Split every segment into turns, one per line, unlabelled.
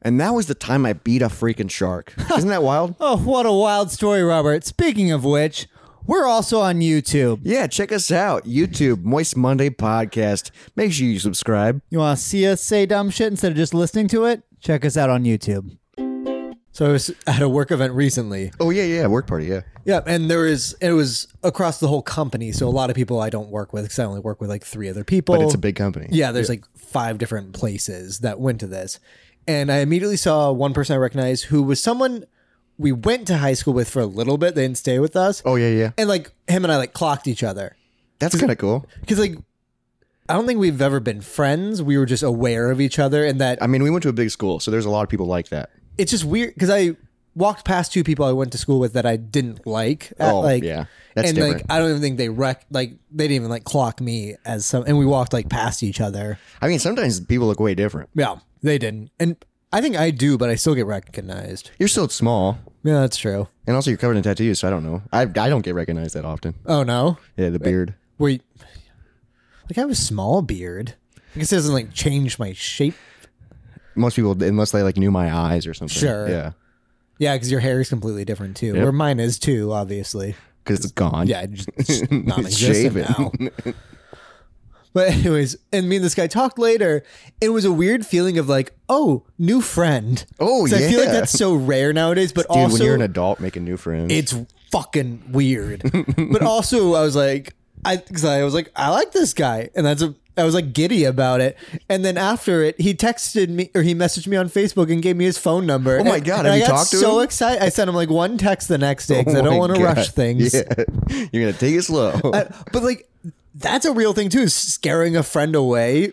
And that was the time I beat a freaking shark. Isn't that wild?
Oh, what a wild story, Robert. Speaking of which, we're also on YouTube.
Yeah, check us out. YouTube, Moist Monday Podcast. Make sure you subscribe.
You want to see us say dumb shit instead of just listening to it? Check us out on YouTube.
So I was at a work event recently.
Oh, yeah, yeah. Work party, yeah.
Yeah, and there is it was across the whole company. So a lot of people I don't work with because I only work with like three other people.
But it's a big company.
Yeah, there's like five different places that went to this. And I immediately saw one person I recognized who was someone we went to high school with for a little bit. They didn't stay with us.
Oh, yeah, yeah.
And like him and I like clocked each other.
That's kind of cool.
Because like I don't think we've ever been friends. We were just aware of each other and that
I mean, we went to a big school, so there's a lot of people like that.
it's just weird because I walked past two people I went to school with that I didn't like. at,
Oh,
like,
yeah. That's
and like
different.
I don't even think they rec like they didn't even like clock me as some. And we walked like past each other.
I mean, sometimes people look way different.
Yeah, they didn't. And I think I do, but I still get recognized.
You're still small,
Yeah, that's true.
and also you're covered in tattoos, so I don't know. I, I don't get recognized that often.
Oh no,
Yeah, the beard.
wait. Like I have a small beard. I guess it doesn't like change my shape.
Most people, unless they like knew my eyes or something.
Sure.
Yeah.
Yeah, because your hair is completely different too. Or mine is too, obviously.
Because it's gone.
Yeah, it's just not
shaven.
existent now. But anyways, and me and this guy talked later. It was a weird feeling of like, oh, new friend.
Oh,
'Cause I feel like
yeah.
that's so rare nowadays. But
Dude,
also,
when you're an adult making new friends,
it's fucking weird. but also, I was like, I because I was like, I like this guy, and that's a. I was like giddy about it, and then after it, he texted me or he messaged me on Facebook and gave me his phone number. Oh
my God, have
I
you
got
talked to
so
him?
excited. I sent him like one text the next day because I
Oh
don't
my
want to
God.
rush things.
Yeah. You're gonna take it slow.
I- but like, that's a real thing too. is Scaring a friend away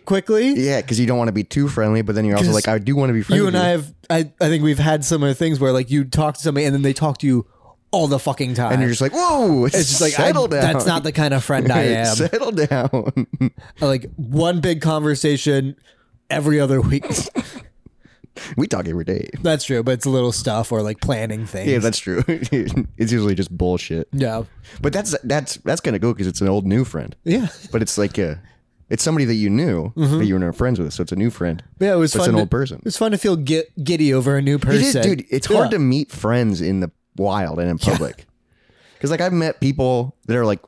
quickly.
yeah, Mm-hmm. because you don't want to be too friendly, but then you're also
'Cause
like, I do want to be friendly.
you and I have I, I think we've had similar things where like you talk to somebody and then they talk to you all the fucking time.
and you're just like, whoa, it's,
it's just like I,
settle down.
that's not the kind of friend I am.
settle down.
like one big conversation every other week.
we talk every day.
that's true, but it's little stuff or like planning things.
Yeah, that's true. it's usually just bullshit.
yeah.
But that's that's that's gonna go because it's an old new friend.
Yeah. Mm-hmm.
But it's like a, it's somebody that you knew that you were never friends with, so it's a new friend.
Yeah, it was
But
fun.
it's an
to-
old person.
It was fun to feel gi- giddy over a new
It
person.
is, dude. It's hard to
Yeah.
meet friends in the wild and in public. Because like I've met people that are like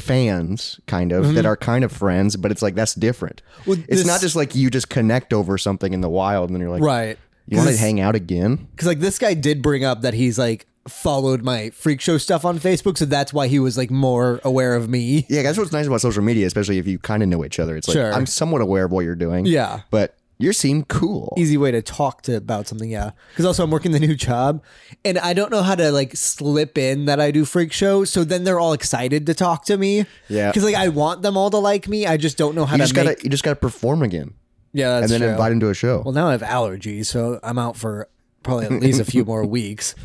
fans, kind of that are kind of friends, but it's like that's different.
Well,
it's
this-
not just like you just connect over something in the wild and then you're like,
right.
You want to hang out again?
Because like this guy did bring up that he's like followed my freak show stuff on Facebook, so that's why he was like more aware of me.
Yeah, that's what's nice about social media, especially if you kind of know each other. It's like
Sure.
I'm somewhat aware of what you're doing.
Yeah.
but you seem cool.
easy way to talk to about something yeah because also i'm working the new job and i don't know how to like slip in that i do freak show so then they're all excited to talk to me
Yeah.
because like i want them all to like me i just don't know how
You
to
just
make-
gotta you just gotta perform again,
yeah
and
that's
then
true.
invite him to a show.
well now i have allergies so i'm out for probably at least a few more weeks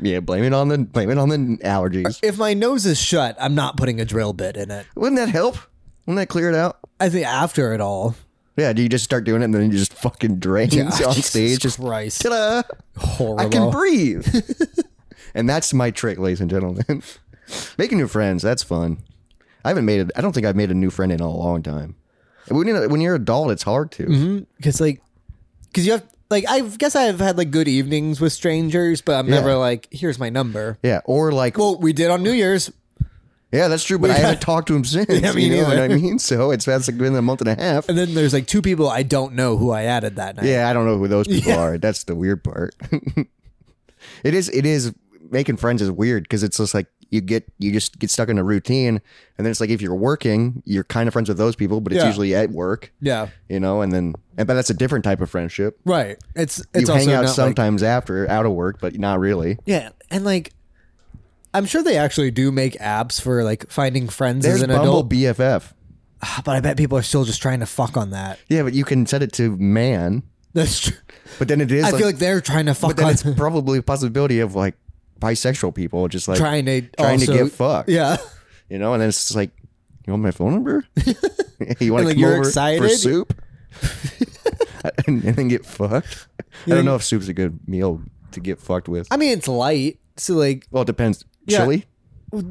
yeah, blame it on the blame it on the allergies.
if my nose is shut i'm not putting a drill bit in it
Wouldn't that help? Wouldn't that clear it out?
i think after it all
Yeah, do you just start doing it and then you just fucking drains on
Jesus
stage? Just
Christ.
ta-da!
horrible
I can breathe. and that's my trick, ladies and gentlemen. Making new friends, that's fun. I haven't made it. I don't think I've made a new friend in a long time. When you're, when you're an adult, it's hard to.
Mm-hmm. because like because you have like i guess i've had like good evenings with strangers but i'm never like here's my number
Yeah, or like,
well we did on new year's
yeah, that's true, but I haven't talked to him since.
me
you know what
neither.
I mean? So it's that's like been a month and a half.
And then there's like two people I don't know who I added that night.
Yeah, I don't know who those people are. That's the weird part. it is. It is making friends is weird because it's just like you get you just get stuck in a routine, and then it's like if you're working, you're kind of friends with those people, but it's
Yeah.
usually at work,
Yeah.
you know. And then, and but that's a different type of friendship.
Right. It's it's
you
also
hang out
not like-
sometimes after out of work, but not really.
yeah, and like I'm sure they actually do make apps for like finding friends
There's
as an
Bumble
adult,
BFF.
but I bet people are still just trying to fuck on that.
Yeah, but you can set it to man,
That's true.
but then it is.
I
like,
feel like they're trying to fuck
but then
on
it's probably a possibility of like bisexual people just like
trying to
trying
also,
to get fucked.
Yeah.
you know, and then it's just like, you want my phone number? you want
And,
to
like,
come
you're
over for
excited?
soup? and, and then get fucked? I don't know if soup's a good meal to get fucked with.
I mean, it's light, so like
well, it depends.
Yeah.
Chili?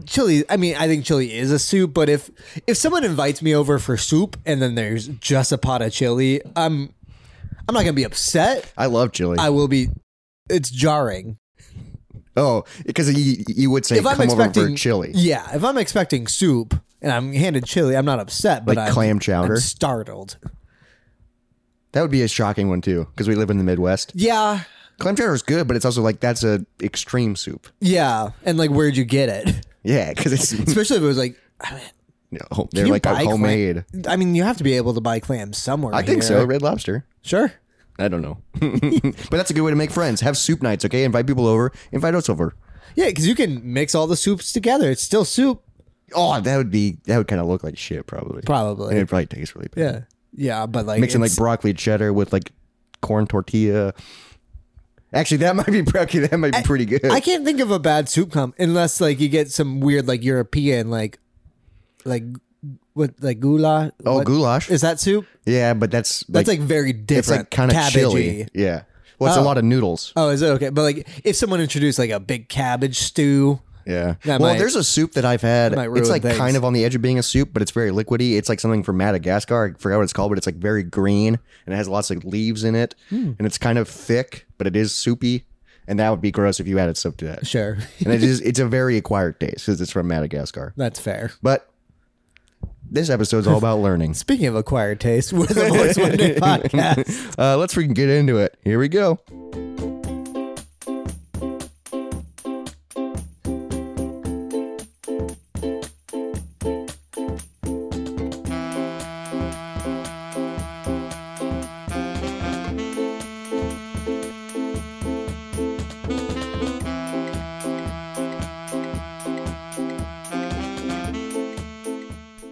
chili. I mean, I think chili is a soup, but if if someone invites me over for soup and then there's just a pot of chili, I'm I'm not gonna be upset.
I love chili.
I will be. It's jarring.
oh, because you, you would say
If I'm
come over for
expecting-
chili,
Yeah, if I'm expecting soup and I'm handed chili, I'm not upset, but
like
I'm,
clam
I'm
chowder.
startled.
that would be a shocking one too, because we live in the Midwest.
Yeah,
Clam chowder is good, but it's also like that's a extreme soup.
yeah, and like, where'd you get it?
Yeah, because it's
Especially if it was like, I mean,
no,
can
they're
you
like
buy clam-
homemade.
I mean, you have to be able to buy clams somewhere.
I think
here.
so. Red Lobster.
Sure.
I don't know, but that's a good way to make friends. Have soup nights, okay? Invite people over. Invite us over.
Yeah, because you can mix all the soups together. It's still soup,
Oh, that would be that would kind of look like shit, probably.
probably.
And it probably tastes really bad.
Yeah, yeah, but like
mixing like
it's-
broccoli cheddar with like corn tortilla. Actually, that might be broccoli. That might be pretty good.
I can't think of a bad soup com unless like you get some weird like European like like what like goulash.
oh,
what-
goulash.
Is that soup?
yeah, but that's
That's like, very different.
it's like kind of
Cabbagey.
chili. Yeah. Well, it's a
Oh.
lot of noodles.
Oh, is it okay? But like if someone introduced like a big cabbage stew,
Yeah. Well,
That might-
there's a soup that I've had.
might
It's
ruin
like
things.
kind of on the edge of being a soup, but it's very liquidy. It's like something from Madagascar. I forgot what it's called, but it's like very green and it has lots of leaves in it,
Hmm.
and it's kind of thick, but it is soupy. And that would be gross if you added soup to that.
sure,
and it is it's a very acquired taste because it's from Madagascar.
that's fair.
But this episode's all about learning.
Speaking of acquired taste, we're the Voice One Day podcast.
Uh, let's freaking get into it. Here we go.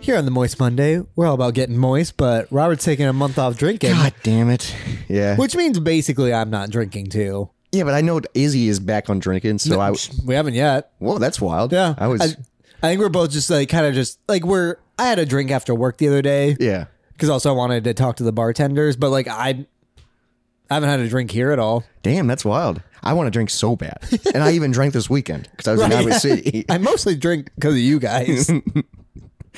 Here on the Moist Monday, we're all about getting moist, but Robert's taking a month off drinking,
God damn it. Yeah.
which means basically I'm not drinking too.
Yeah, but I know Izzy is back on drinking, so I.
we haven't yet.
Whoa, that's wild.
Yeah,
I was.
I, I think we're both just like kind of just like we're. I had a drink after work the other day
yeah.
because also I wanted to talk to the bartenders, but like I, I haven't had a drink here at all.
Damn, that's wild. I want to drink so bad, and I even drank this weekend because I was in Iowa City.
I mostly drink because of you guys.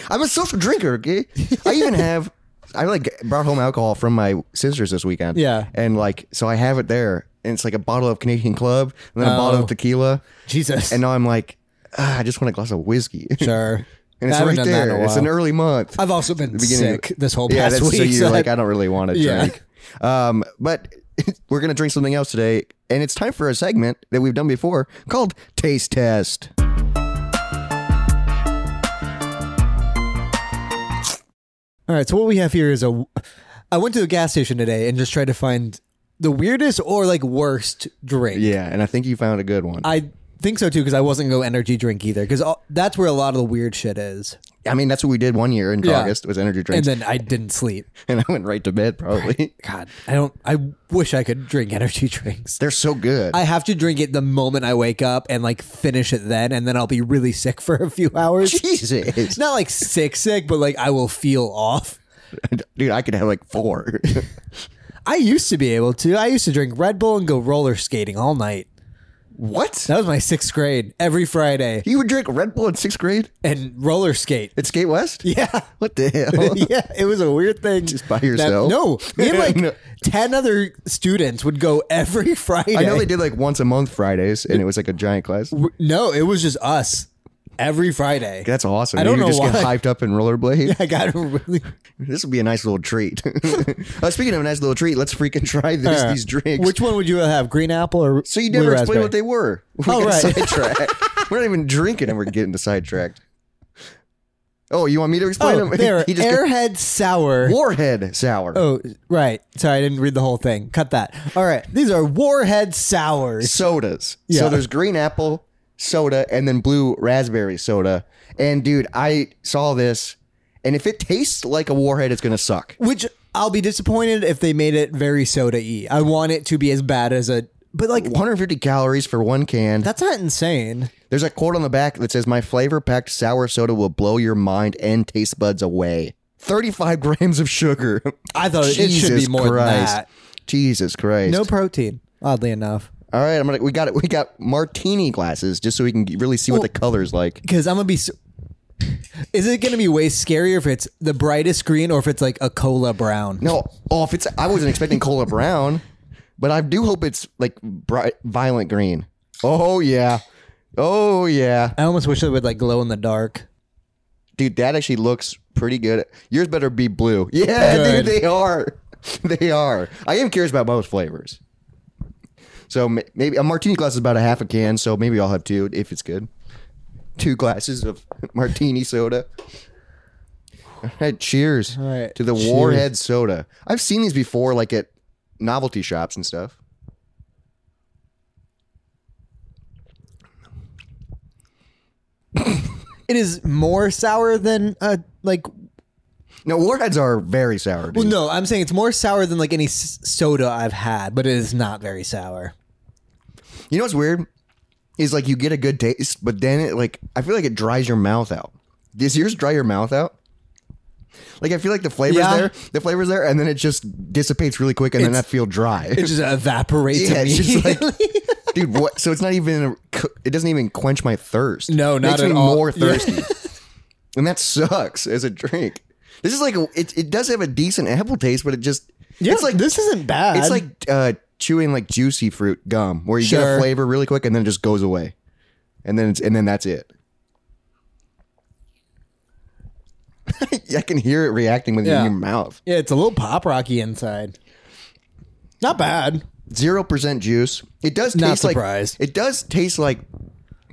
I'm a social drinker. Okay, I even have. I like brought home alcohol from my sister's this weekend.
Yeah.
and like so I have it there, and it's like a bottle of Canadian Club, and then a bottle
Oh.
of tequila,
Jesus.
and now I'm like, ah, I just want a glass of whiskey.
sure.
And it's
I haven't
right
done that in
there.
a
It's an
while.
early month.
I've also been
beginning of-
sick this whole
yeah,
past
that's
week.
so you're
so
like, I don't really want to
Yeah.
drink. Um, but we're gonna drink something else today, and it's time for a segment that we've done before called Taste Test.
All right, so what we have here is a. I went to the gas station today and just tried to find the weirdest or like worst drink.
Yeah, and I think you found a good one. I,
I think so too because I wasn't going to go energy drink either because that's where a lot of the weird shit is.
mean, that's what we did one year in
Yeah.
August was energy
And
drinks, and,
then I didn't sleep.
I went right to bed probably.
God, I don't. I wish I could drink energy drinks.
They're so good.
I have to drink it the moment I wake up and like finish it then, and then I'll be really sick for a few hours.
Jesus,
It's not like sick, sick, but like I will feel off.
dude, I could have like four.
I used to be able to. I used to drink Red Bull and go roller skating all night.
what?
That was my sixth grade every Friday
You would drink Red Bull in sixth grade
and roller skate.
at Skate West?
Yeah.
What the hell?
yeah, it was a weird thing.
Just by
That-
yourself?
no, me and like
No.
ten other students would go every Friday.
I know they did like once a month Fridays, and it was like a giant class.
no, it was just us every Friday.
That's awesome.
I don't
you
know
just get
why.
hyped up and rollerblade.
I got really.
This would be a nice little treat. uh, speaking of a nice little treat, let's freaking try this, these drinks.
Which one would you have, green apple or
so you never
blue
explained
raspberry?
what they were. We
Oh,
got
right.
sidetracked. we're not even drinking, and we're getting sidetracked. Oh, you want me to explain
Oh,
them?
there,
He just got-
Airhead sour.
Warhead sour.
Oh, right. Sorry, I didn't read the whole thing. Cut that. All right, these are Warhead sours.
sodas.
Yeah.
So there's green apple soda and then blue raspberry soda. And dude, I saw this, and if it tastes like a warhead, it's gonna suck.
Which I'll be disappointed if they made it very soda y. I want it to be as bad as a. But like,
150 calories for one can.
that's not insane.
There's a quote on the back that says, My flavor packed sour soda will blow your mind and taste buds away. 35 grams of sugar.
I thought Uh, it- it should be more than that.
Jesus Christ.
No
Nope.
protein, oddly enough.
All right, I'm gonna, we got it. We got martini glasses just so we can really see what the color's like.
Because I'm gonna be. s is it going to be way scarier if it's the brightest green or if it's like a cola brown?
No, oh, if it's I wasn't expecting cola brown, but I do hope it's like bright, violent green. Oh yeah, oh yeah,
I almost wish it would like glow in the dark.
dude, that actually looks pretty good. Yours better be blue. Yeah,
Good.
dude, they are, they are. I am curious about most flavors. So ma- maybe a martini glass is about a half a can, so maybe I'll have two if it's good. Two glasses of martini soda. All right, cheers
All right,
to the
cheers.
Warhead soda. I've seen these before, like at novelty shops and stuff.
It is more sour than uh like.
No, Warheads are very sour.
Well,
dude.
no, I'm saying it's more sour than like any s- soda I've had, but it is not very sour.
You know what's weird is like you get a good taste, but then it like I feel like it dries your mouth out. Does yours dry your mouth out? Like I feel like the flavor's
Yeah.
there, the flavor's there, and then it just dissipates really quick, and then I
It's-
feel dry.
It just evaporates
Yeah, it's just like-
immediately.
Dude, what? So it's not even. It doesn't even quench my thirst.
No,
It
not
makes
at
me
all.
More
Yeah.
thirsty, and that sucks as a drink. This is like a- it. It does have a decent apple taste, but it just.
yeah,
it's like
this isn't bad.
It's like uh, chewing like juicy fruit gum, where you get a
Sure.
flavor really quick and then it just goes away, and then it's, and then that's it. I can hear it reacting with
Yeah.
your mouth.
yeah, it's a little pop rocky inside. Not bad.
Zero percent juice. It does taste
Not surprised.
like it does taste like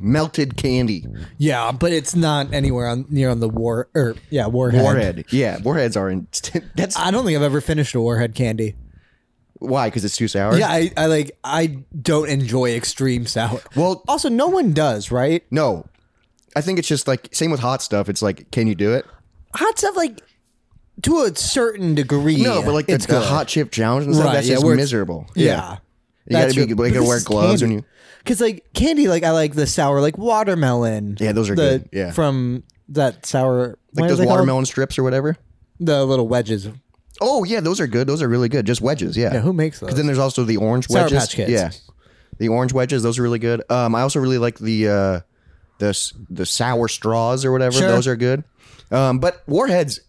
melted candy.
Yeah, but it's not anywhere on near on the war or yeah warhead.
Warhead. Yeah, warheads are in. That's
I don't think I've ever finished a warhead candy.
why because it's too sour.
Yeah, I, I like I don't enjoy extreme sour.
Well-
also no one does, right?
No, I think it's just like same with hot stuff. It's like, can you do it?
Hot stuff like to a certain degree.
No, but like the,
it's
the
good.
hot chip challenge and stuff.
Right,
that's
yeah,
just
where it's-
miserable.
Yeah.
You gotta be- like, wear gloves when you-
because like candy, like I like the sour, like watermelon.
Yeah, those are
the,
good. Yeah.
from that sour, what
like
are
those
they called?
watermelon strips or whatever.
the little wedges.
Oh yeah, those are good. Those are really good. Just wedges, yeah.
Yeah, who makes those?
Because then there's also the orange
Sour
wedges.
Patch Kids.
Yeah, the orange wedges. Those are really good. Um, I also really like the uh, the s- the sour straws or whatever.
Sure.
Those are good. Um, but warheads.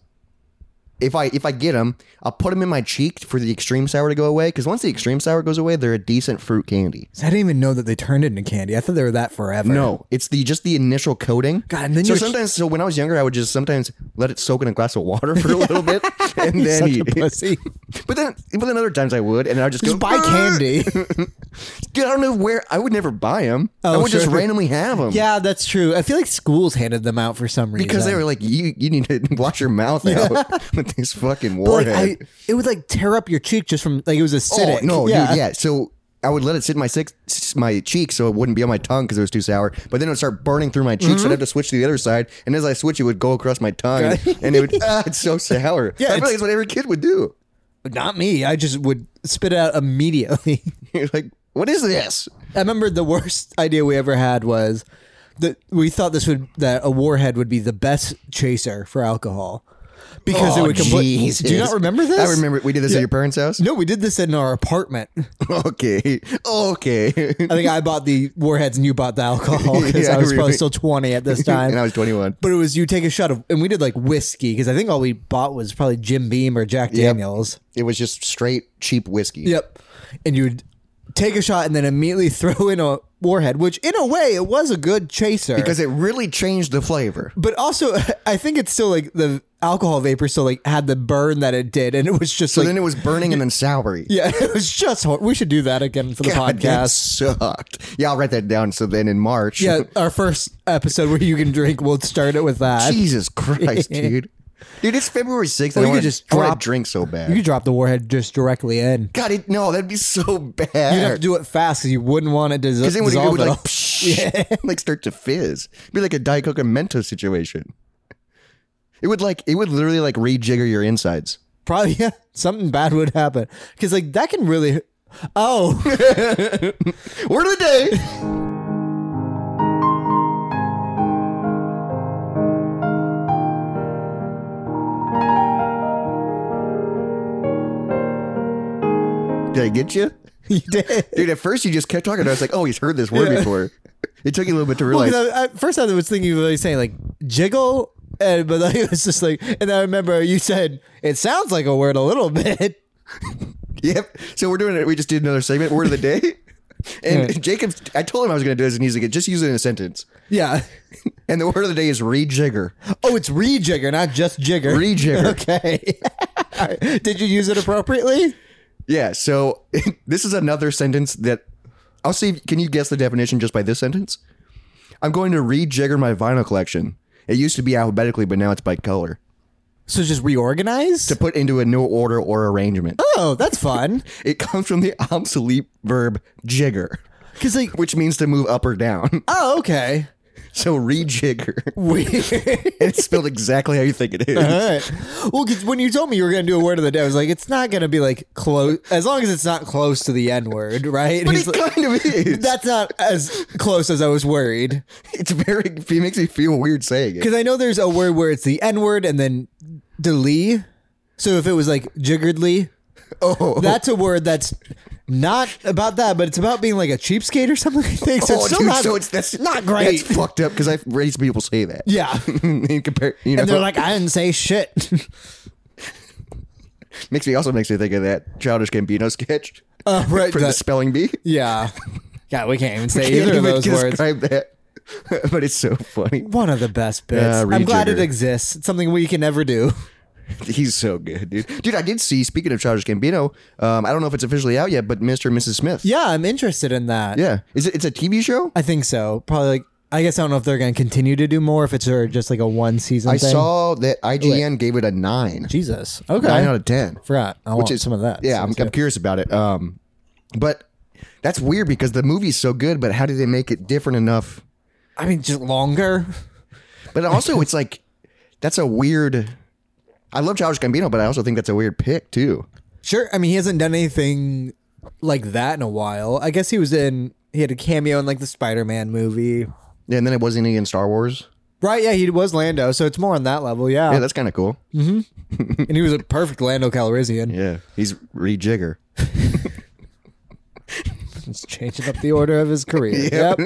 If I if I get them, I'll put them in my cheek for the extreme sour to go away. Because once the extreme sour goes away, they're a decent fruit candy.
I didn't even know that they turned into candy. I thought they were that forever.
No, it's the just the initial coating.
God, and then
so
you're-
sometimes, so when I was younger, I would just sometimes let it soak in a glass of water for a little bit, and then
such
eat
a
it.
pussy.
But then, but then other times I would, and I would just,
Just
go
buy candy.
Dude, I don't know where I would never buy them. I
Oh,
would just
sure.
randomly have them.
yeah, that's true. I feel like schools handed them out for some reason
because they were like, you you need to wash your mouth out with this fucking
But, like,
warhead.
I, it would like tear up your cheek just from like it was
Oh,
acidic.
no, dude, yeah. So I would let it sit in my six, s- my cheek so it wouldn't be on my tongue because it was too sour. But then it would start burning through my cheek,
Mm-hmm.
so I'd have to switch to the other side. And as I switch, it would go across my tongue, and it would. ah, it's so sour. I
Yeah,
feel
it's-
like it's what every kid would do.
Not me. I just would spit it out immediately.
You're like, what is this?
I remember the worst idea we ever had was that we thought this would that a warhead would be the best chaser for alcohol because it
Oh,
would completely. Do you
Jesus.
not remember this?
I remember we did this at your parents' house.
No, we did this in our apartment. I
Okay, okay.
think I bought the warheads and you bought the alcohol because
Yeah,
I was
really.
probably still twenty at this time.
and I was 21.
But it was you take a shot of, and we did like whiskey because I think all we bought was probably Jim Beam or Jack Daniels.
It was just straight cheap whiskey.
Yep. And you would take a shot and then immediately throw in a warhead, which in a way it was a good chaser.
Because it really changed the flavor.
but also, I think it's still like the alcohol vapor still like had the burn that it did, and it was just
So
like
then it was burning and then soury.
yeah, it was just hor- we should do that again for the
God, that
podcast.
sucked. Yeah, I'll write that down. So then in March,
Yeah, our first episode where you can drink, we'll start it with that.
Jesus Christ, dude. Dude, it's February 6th. and
Well, you
I
could
want
just
just I wanna
drop-
drink so bad.
You could drop the warhead just directly in.
God, it, no, that'd be so
You'd have to
bad.
do it fast because you wouldn't want it to dis-
Because then it would, it
dissolve
would
at
like,
all.
psh, like start to fizz. It'd be like a Diet Coke and Mentos situation. It would like, it would literally like rejigger your insides.
probably yeah, something bad would happen because like that can really. Oh,
Word of the day. Did I get you?
you did.
Dude, at first you just kept talking. I was like, oh, he's heard this word before. It took you a little bit to realize.
Well, 'cause I, at first I was thinking of like saying like jiggle And, but like, it was just like, and I remember you said it sounds like a word a little bit.
Yep. So we're doing it. We just did another segment, word of the day. And Jacob, I told him I was going to do this, and he's like, just use it in a sentence.
Yeah.
And the word of the day is rejigger.
Oh, it's rejigger, not just jigger.
Rejigger.
okay. All right. Did you use it appropriately?
Yeah. So this is another sentence that I'll see. Can you guess the definition just by this sentence? I'm going to rejigger my vinyl collection. It used to be alphabetically, but now it's by color.
So just reorganize.
To put into a new order or arrangement.
oh, that's fun.
It comes from the obsolete verb jigger,
Because like,
which means to move up or down.
oh, okay.
So rejigger.
Weird.
It's spelled exactly how you think it is.
All right. Well, 'cause when you told me you were going to do a word of the day, I was like, it's not going to be like close, as long as it's not close to the N word, right?
But
He's
it
like,
kind of is.
That's not as close as I was worried.
it's very. It makes me feel weird saying it.
Because I know there's a word where it's the N word and then delee. So if it was like jiggeredly,
Oh,
that's a word that's not about that, but it's about being like a cheapskate or something. I think. So
oh,
it's still
dude,
not,
so it's that's
not great.
That's fucked up because I've raised people say that.
yeah.
In compare, you know,
And they're like, I didn't say shit.
makes me also makes me think of that childish Gambino sketch
Uh, right.
from the
that-
spelling bee.
yeah. God, we can't even say
Can't
either of
even
those words.
describe that, but it's so funny.
One of the best bits.
Yeah,
I'm glad
rejigger.
it exists. It's something we can never do.
He's so good, dude. Dude, I did see. Speaking of childish Gambino, um, I don't know if it's officially out yet, but Mr. and Mrs. Smith.
Yeah, I'm interested in that.
yeah. Is it? It's a TV show.
I think so. Probably like I guess I don't know if they're going to continue to do more if it's uh, just like a one season
I
thing.
saw that IGN gave it a nine,
Jesus. Okay.
nine out of ten.
Forgot. I want some of that.
Yeah,
So
I'm,
it's-
I'm curious about it. Um, but that's weird because the movie's so good, but how did they make it different enough?
I mean, just longer.
But also, it's like that's a weird. I love Childish Gambino, but I also think that's a weird pick too.
Sure. I mean, he hasn't done anything like that in a while. I guess he was in. He had a cameo in like the Spider-Man movie.
And then it wasn't even in Star Wars.
Right. Yeah, he was Lando, so it's more on that level.
Yeah,
Yeah.
that's kind of cool.
and he was a perfect Lando Calrissian.
Yeah, he's rejigger.
Just changing up the order of his career. Yep.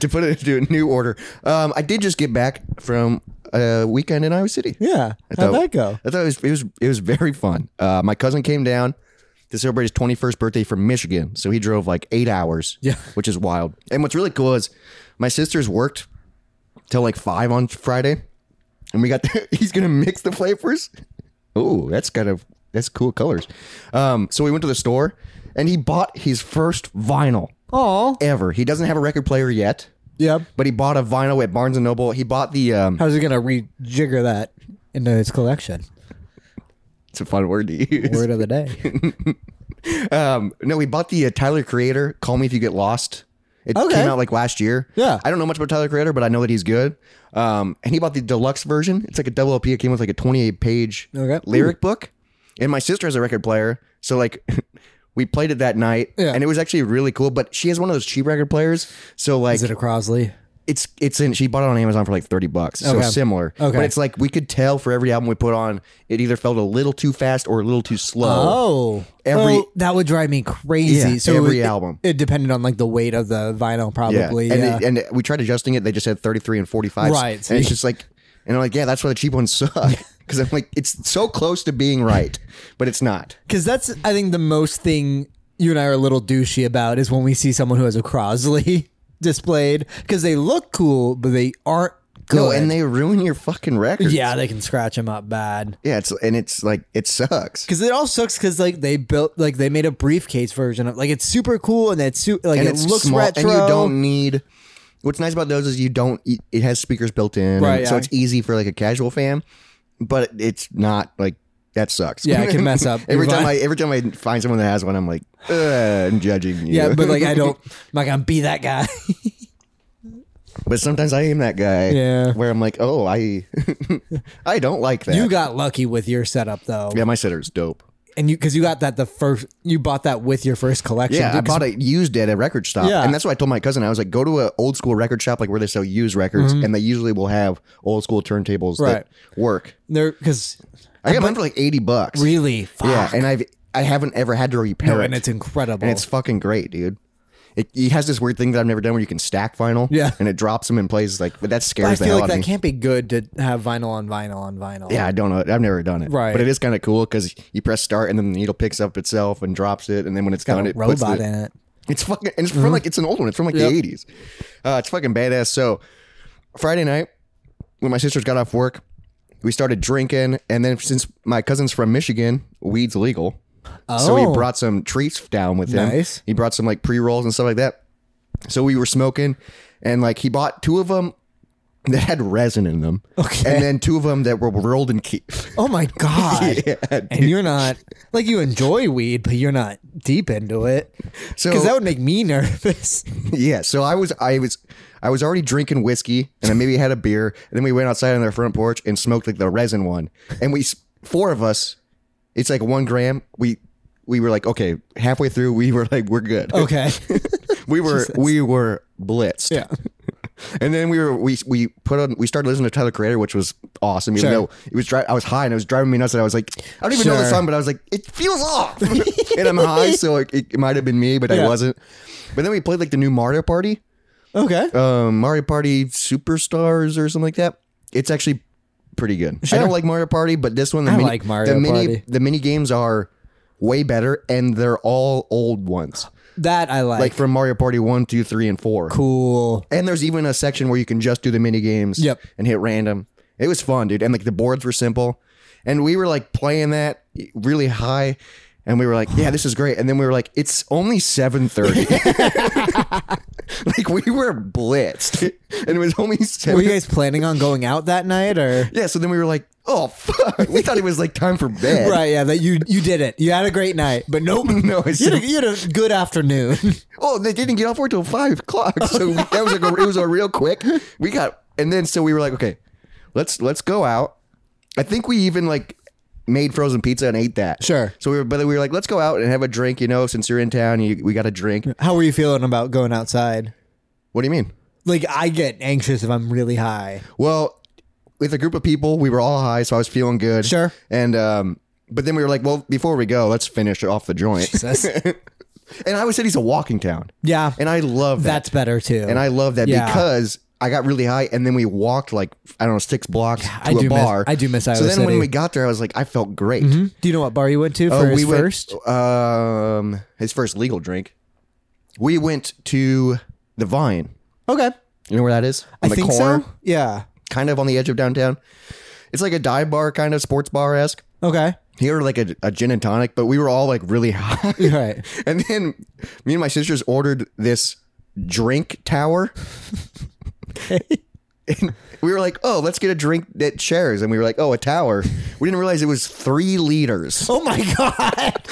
to put it into a new order. Um, I did just get back from a weekend in Iowa City.
Yeah. How'd that go?
I thought it was it was it was very fun. Uh, my cousin came down to celebrate his 21st birthday from Michigan, so he drove like eight hours.
Yeah.
which is wild. And what's really cool is my sister's worked till like five on Friday, and we got the, he's gonna mix the flavors. Oh, that's kind of that's cool colors. Um, so we went to the store, and he bought his first vinyl
Oh.
ever. He doesn't have a record player yet,
Yep.
but he bought a vinyl at Barnes and Noble. He bought the um,
How's he gonna rejigger that into his collection?
it's a fun word to use.
Word of the day.
Um, no, we bought the uh, Tyler Creator. Call me if you get lost. It
Okay.
came out like last year.
Yeah.
I don't know much about Tyler Creator, but I know that he's good. Um, and he bought the deluxe version. It's like a double LP. It came with like a 28 page
Okay.
lyric book. And my sister has a record player, so like we played it that night,
Yeah.
and it was actually really cool. But she has one of those cheap record players, so like
Is it a Crosley?
it's it's in she bought it on Amazon for like 30 bucks.
Okay.
So similar.
Okay.
But it's like we could tell for every album we put on, it either felt a little too fast or a little too slow.
Oh,
Every-
Oh, that would drive me crazy.
Yeah,
so
every
it,
album.
It depended on like the weight of the vinyl, probably. Yeah.
And, it- and we tried adjusting it, they just had 33 and 45.
Right,
And it's
see.
just like and I'm like, yeah, that's why the cheap ones suck. Because I'm like, it's so close to being right, but it's not.
Because that's, I think, the most thing you and I are a little douchey about is when we see someone who has a Crosley displayed because they look cool, but they aren't good.
No, and they ruin your fucking record.
yeah, they can scratch them up bad.
Yeah, it's and it's like it sucks.
Because it all sucks. Because like they built, like they made a briefcase version of, like it's super cool and it's su- like
And
it
it's
looks
small
retro.
and you don't need What's nice about those is you don't it has speakers built in,
Right,
and so
yeah.
it's easy for like a casual fan, but it's not like that sucks.
Yeah, it can mess up
every
your
time
vibe.
I every time I find someone that has one, I'm like, "Ugh, I'm judging you.
yeah, but like I don't. I'm not gonna be that guy.
But sometimes I am that guy.
Yeah.
Where I'm like, oh, I, I don't like that.
you got lucky with your setup though,
yeah, my sitter's dope.
and you because you got that the first you bought that with your first collection.
Yeah, I
dude, 'cause-
bought it used at a record shop,
Yeah.
and that's what I told my cousin. I was like, go to an old school record shop, like where they sell used records, and they usually will have old school turntables
Mm-hmm. Right.
that work.
there because
I got mine for like eighty bucks.
really, fuck.
Yeah, and I've I haven't ever had to repair
No,
it,
and it's incredible.
And it's fucking great, dude. It, he has this weird thing that I've never done where you can stack vinyl.
Yeah.
And it drops them in places like, but that
I
scares the
feel
hell
like
out of
that
me.
can't be good to have vinyl on vinyl on vinyl.
Yeah, I don't know. I've never done it.
Right.
But it is kind of cool because you press start and then the needle picks up itself and drops it. And then when it's
got
done,
a
it puts
robot
the-
in it.
It's fucking. And it's
Mm-hmm.
from like it's an old one. It's from like the eighties. Uh, it's fucking badass. So Friday night, when my sisters got off work, we started drinking, and then since my cousin's from Michigan, weed's legal. So he
Oh.
brought some treats down with him.
Nice.
He brought some like pre rolls and stuff like that. So we were smoking, and like he bought two of them that had resin in them, okay. and then two of them that were rolled in keef.
Oh my god!
Yeah,
And you're not like you enjoy weed, but you're not deep into it.
So-
because that would make me nervous.
Yeah, so I was I was I was already drinking whiskey and I maybe had a beer and then we went outside on their front porch and smoked like the resin one. And we s- four of us, it's like 1 gram. We we were like, okay, halfway through we were like we're good.
Okay.
we were we were blitzed.
Oh, Yeah.
And then we were we we put on we started listening to Tyler Creator, which was awesome. Even
Sure.
though it was dri- I was high and it was driving me nuts, and I was like, I don't even know the
Sure.
song, but I was like, it feels off, and I'm high, so it, it might have been me, but I
Yeah.
wasn't. But then we played like the new Mario Party,
Okay.
um, Mario Party Superstars or something like that. It's actually pretty good. I don't like Mario Party, but this one, the
I
mini,
like Mario
the mini,
Party.
The mini games are way better, and they're all old ones,
That I like.
like from Mario Party one, two, three, and four.
cool.
And there's even a section where you can just do the mini games.
Yep.
And hit random. It was fun, dude. And like the boards were simple, and we were like playing that really high. And we were like, "Yeah, this is great." And then we were like, "It's only 7.30. like we were blitzed, and it was only
Were
seven.
you guys planning on going out that night or?
yeah. So then we were like, "Oh fuck!" We thought it was like time for bed.
Right, yeah, that you you did it. You had a great night, but nope.
No, it's
you, had a, you had a good afternoon.
Oh, they didn't get off work till five o'clock. So that was like a, it was a real quick. We got and then so we were like, okay, let's let's go out. I think we even like made frozen pizza and ate that.
Sure.
So we were, but then we were like, let's go out and have a drink. You know, since you're in town, you, we got a drink.
How were you feeling about going outside?
What do you mean?
Like I get anxious if I'm really high.
Well, with a group of people, we were all high, so I was feeling good.
Sure.
And um, but then we were like, well, before we go, let's finish off the joint. And Iowa City's a walking town.
yeah,
And I love that.
that's better too.
And I love that
Yeah.
because I got really high and then we walked like, I don't know, six blocks to
I
a
do miss-
bar.
I do miss Iowa
So then when
City.
we got there, I was like, I felt great.
Do you know what bar you went to
Oh,
for his
we went-
first?
um, his first legal drink. We went to the Vine.
Okay,
You know where that is?
I
On the
think
corner,
so. Yeah.
kind of on the edge of downtown. It's like a dive bar, kind of sports bar esque.
Okay.
He ordered like a, a gin and tonic, but we were all like really high.
Right.
And then me and my sisters ordered this drink tower. and we were like, oh, let's get a drink that shares. And we were like, oh, a tower. We didn't realize it was three liters.
Oh my god.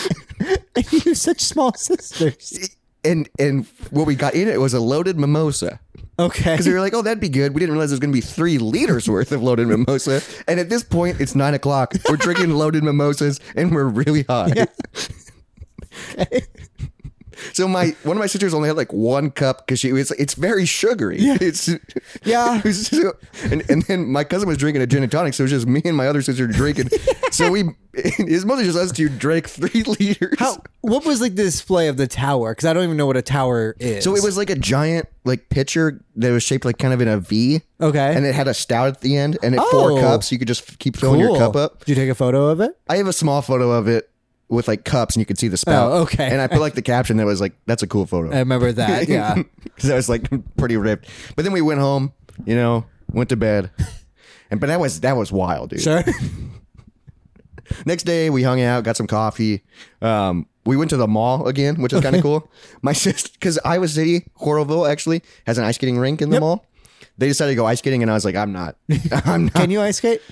You're such small sisters.
And and what we got in it was a loaded mimosa.
Okay.
Because we were like, oh, that'd be good. We didn't realize it was going to be three liters worth of loaded mimosa. And at this point, it's nine o'clock. We're drinking loaded mimosas and we're really high. So my one of my sisters only had like one cup because she was it's very sugary. It's
Yeah.
it was so- and and then my cousin was drinking a gin and tonic, so it was just me and my other sister drinking. so we it's mostly just us two drank three liters.
How? What was like the display of the tower? Because I don't even know what a tower is.
So it was like a giant like pitcher that was shaped like kind of in a V.
Okay.
And it had a stout at the end and it four
Oh.
cups. You could just keep filling your cup up.
Did you take a photo of it?
I have a small photo of it with like cups and you could see the spout.
Oh, okay.
And I put like the caption that was like, that's a cool photo.
I remember that. Yeah.
Because I was like pretty ripped. But then we went home, you know, went to bed. And but that was that was wild, dude.
sure.
Next day we hung out, got some coffee. Um, we went to the mall again, which is kind of cool. My sister, because Iowa City, Coralville actually has an ice skating rink in the mall. They decided to go ice skating, and I was like, I'm not. I'm not.
Can you ice skate?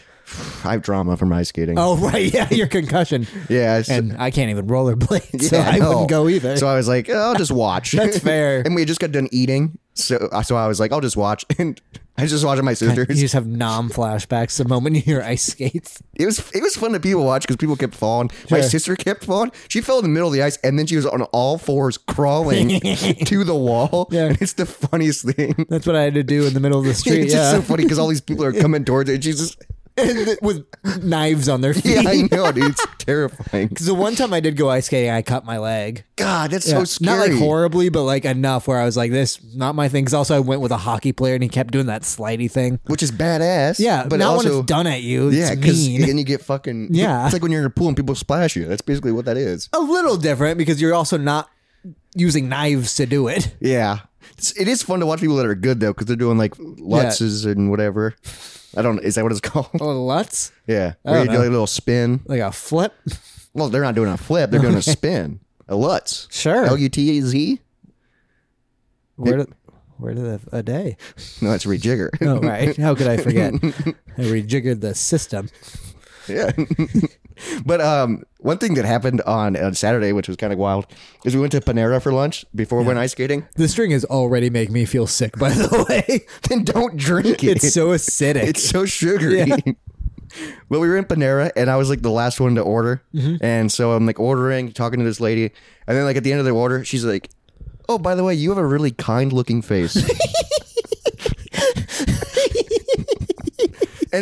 I have drama from ice skating.
Oh right, yeah, your concussion.
yeah. it's-
And I can't even rollerblade, so I
no.
wouldn't go either.
So I was like, I'll just watch.
That's fair.
and we had just got done eating, so so I was like, I'll just watch, and I was just watching my
you
sisters.
just have nom flashbacks the moment you hear ice skates.
It was it was fun to people watch because people kept falling. My
Sure.
sister kept falling. She fell in the middle of the ice, and then she was on all fours crawling to the wall.
Yeah.
And it's the funniest thing.
That's what I had to do in the middle of the street.
it's
yeah.
just so funny because all these people are coming towards it. And she's just
and with knives on their feet.
Yeah, I know, dude. It's terrifying.
Because the one time I did go ice skating, I cut my leg.
God, that's so
Yeah.
scary.
Not like horribly, but like enough where I was like, this not my thing. Because also I went with a hockey player and he kept doing that slidey thing.
which is badass.
Yeah,
but
not
also,
when it's done at you. It's
Yeah, because
mean.
then you get fucking.
Yeah.
it's like when you're in a pool and people splash you. That's basically what that is.
a little different because you're also not using knives to do it.
Yeah, it's, it is fun to watch people that are good though, because they're doing like lutzes and whatever. I don't. Is that what it's called?
Oh, Lutz?
Yeah, where you do
know.
like a little spin.
Like a flip?
Well, they're not doing a flip; they're doing a spin. A lutz.
Sure.
L U T E Z.
Where did, where did the, a day?
No, that's rejigger.
Oh, right. How could I forget? I rejiggered the system.
Yeah. but um, one thing that happened on, on Saturday, which was kind of wild, is we went to Panera for lunch before we went ice skating.
The string is already making me feel sick, by the way.
Then don't drink it.
It's so acidic.
It's so sugary.
Yeah.
but we were in Panera, and I was like the last one to order,
Mm-hmm.
and so I'm like ordering, talking to this lady, and then like at the end of the order, she's like, "Oh, by the way, you have a really kind looking face." and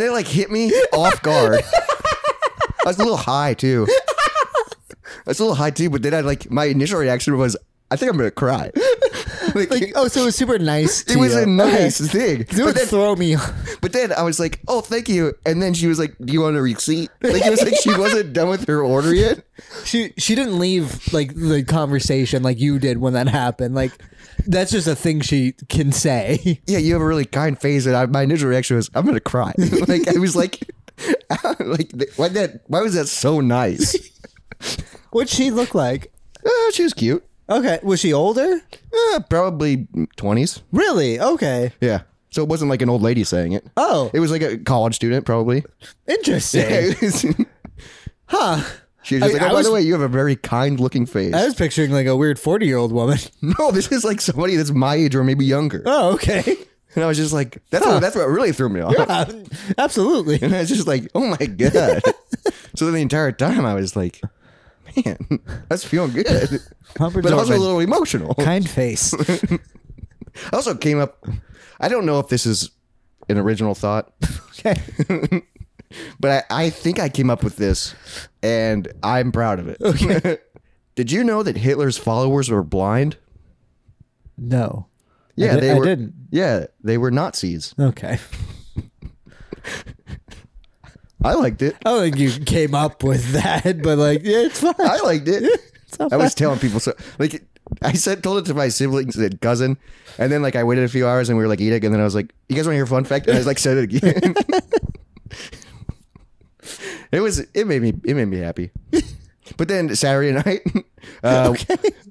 it like hit me off guard. I was a little high too. I was a little high too, but then I like my initial reaction was, "I think I'm gonna cry." like,
like, oh, so it was super nice. To
it was
you.
a nice thing.
It
But
would
then-
throw me.
but then I was like, "Oh, thank you," and then she was like, "Do you want a receipt?" Like it was like she wasn't done with her order yet.
She she didn't leave like the conversation like you did when that happened. Like that's just a thing she can say.
Yeah, you have a really kind face, and I, my initial reaction was, "I'm gonna cry." like I was like, "Like why that? Why was that so nice?"
What'd she look like?
Uh, she was cute.
Okay, was she older?
Uh, probably twenties.
Really? Okay.
Yeah. So it wasn't like an old lady saying it.
Oh,
It was like a college student, probably.
interesting.
It was-
Huh.
she was just
I-
like, oh,
I
by
was-
the way, you have a very kind looking face.
I was picturing like a weird 40 year old woman.
no, this is like somebody that's my age or maybe younger.
Oh, okay.
And I was just like, that's, what, that's what really threw me off.
Uh, absolutely.
And I was just like, oh my God. so then the entire time I was like, man, that's feeling good.
Humperdorf
But also a
and
little emotional.
kind face.
I also came up, I don't know if this is an original thought,
Okay.
but I, I think I came up with this and I'm proud of it. Okay. Did you know that Hitler's followers were blind?
No.
Yeah,
di-
they
I
were,
didn't.
Yeah, they were Nazis.
Okay.
I liked it.
I don't think you came up with that, but like, yeah, it's fine.
I liked it.
not
I was telling people so like I said told it to my siblings and cousin, and then like I waited a few hours and we were like eating, and then I was like, "You guys want to hear a fun fact?" And I was like, "Said it again." it was it made me it made me happy. But then Saturday night, uh,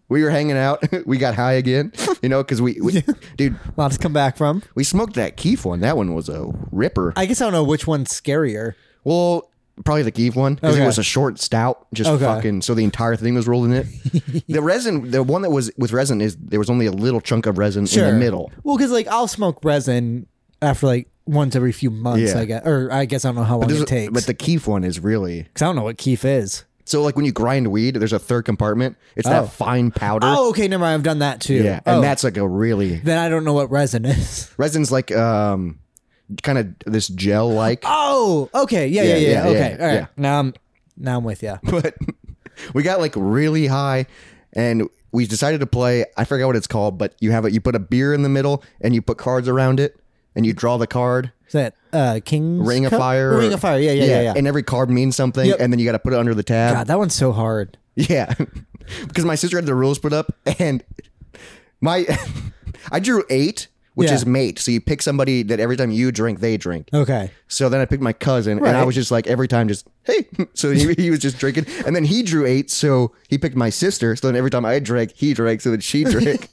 we were hanging out. We got high again, you know, because we, we dude,
Lot to come back from.
we smoked that Keef one. That one was a ripper.
I guess I don't know which one's scarier.
Well, probably the Kiev one because
Okay.
it was a short stout, just
Okay.
fucking. So the entire thing was rolled in it. the resin, the one that was with resin is there was only a little chunk of resin in the middle.
Well, because like I'll smoke resin after like once every few months,
Yeah.
I guess, or I guess I don't know how long
This
it
is-
takes.
But the Kiev one is really
'Cause I don't know what keef is.
so like when you grind weed, there's a third compartment. It's
Oh.
that fine powder.
Oh, okay, never mind. I've done that too.
yeah, and
oh,
that's like a really
then I don't know what resin is.
resin's like um kind of this gel like.
Oh, okay, yeah, yeah, yeah.
yeah,
okay,
yeah,
all right.
yeah.
Now I'm now I'm with you.
but we got like really high and we decided to play i forgot what it's called but you have it you put a beer in the middle and you put cards around it and you draw the card
Is that uh, King's
ring of
Cup?
fire
Ring of fire. Yeah, yeah, yeah, yeah.
and every card means something
Yep.
and then you got to put it under the tab
God, that one's so hard.
yeah because my sister had the rules put up and my i drew eight which
Yeah.
is mate so you pick somebody that every time you drink they drink
Okay.
so then I picked my cousin, and I
Right.
was just like every time, just hey. So he, he was just drinking, and then he drew eight, so he picked my sister. So then every time I drank, he drank, so then she drank.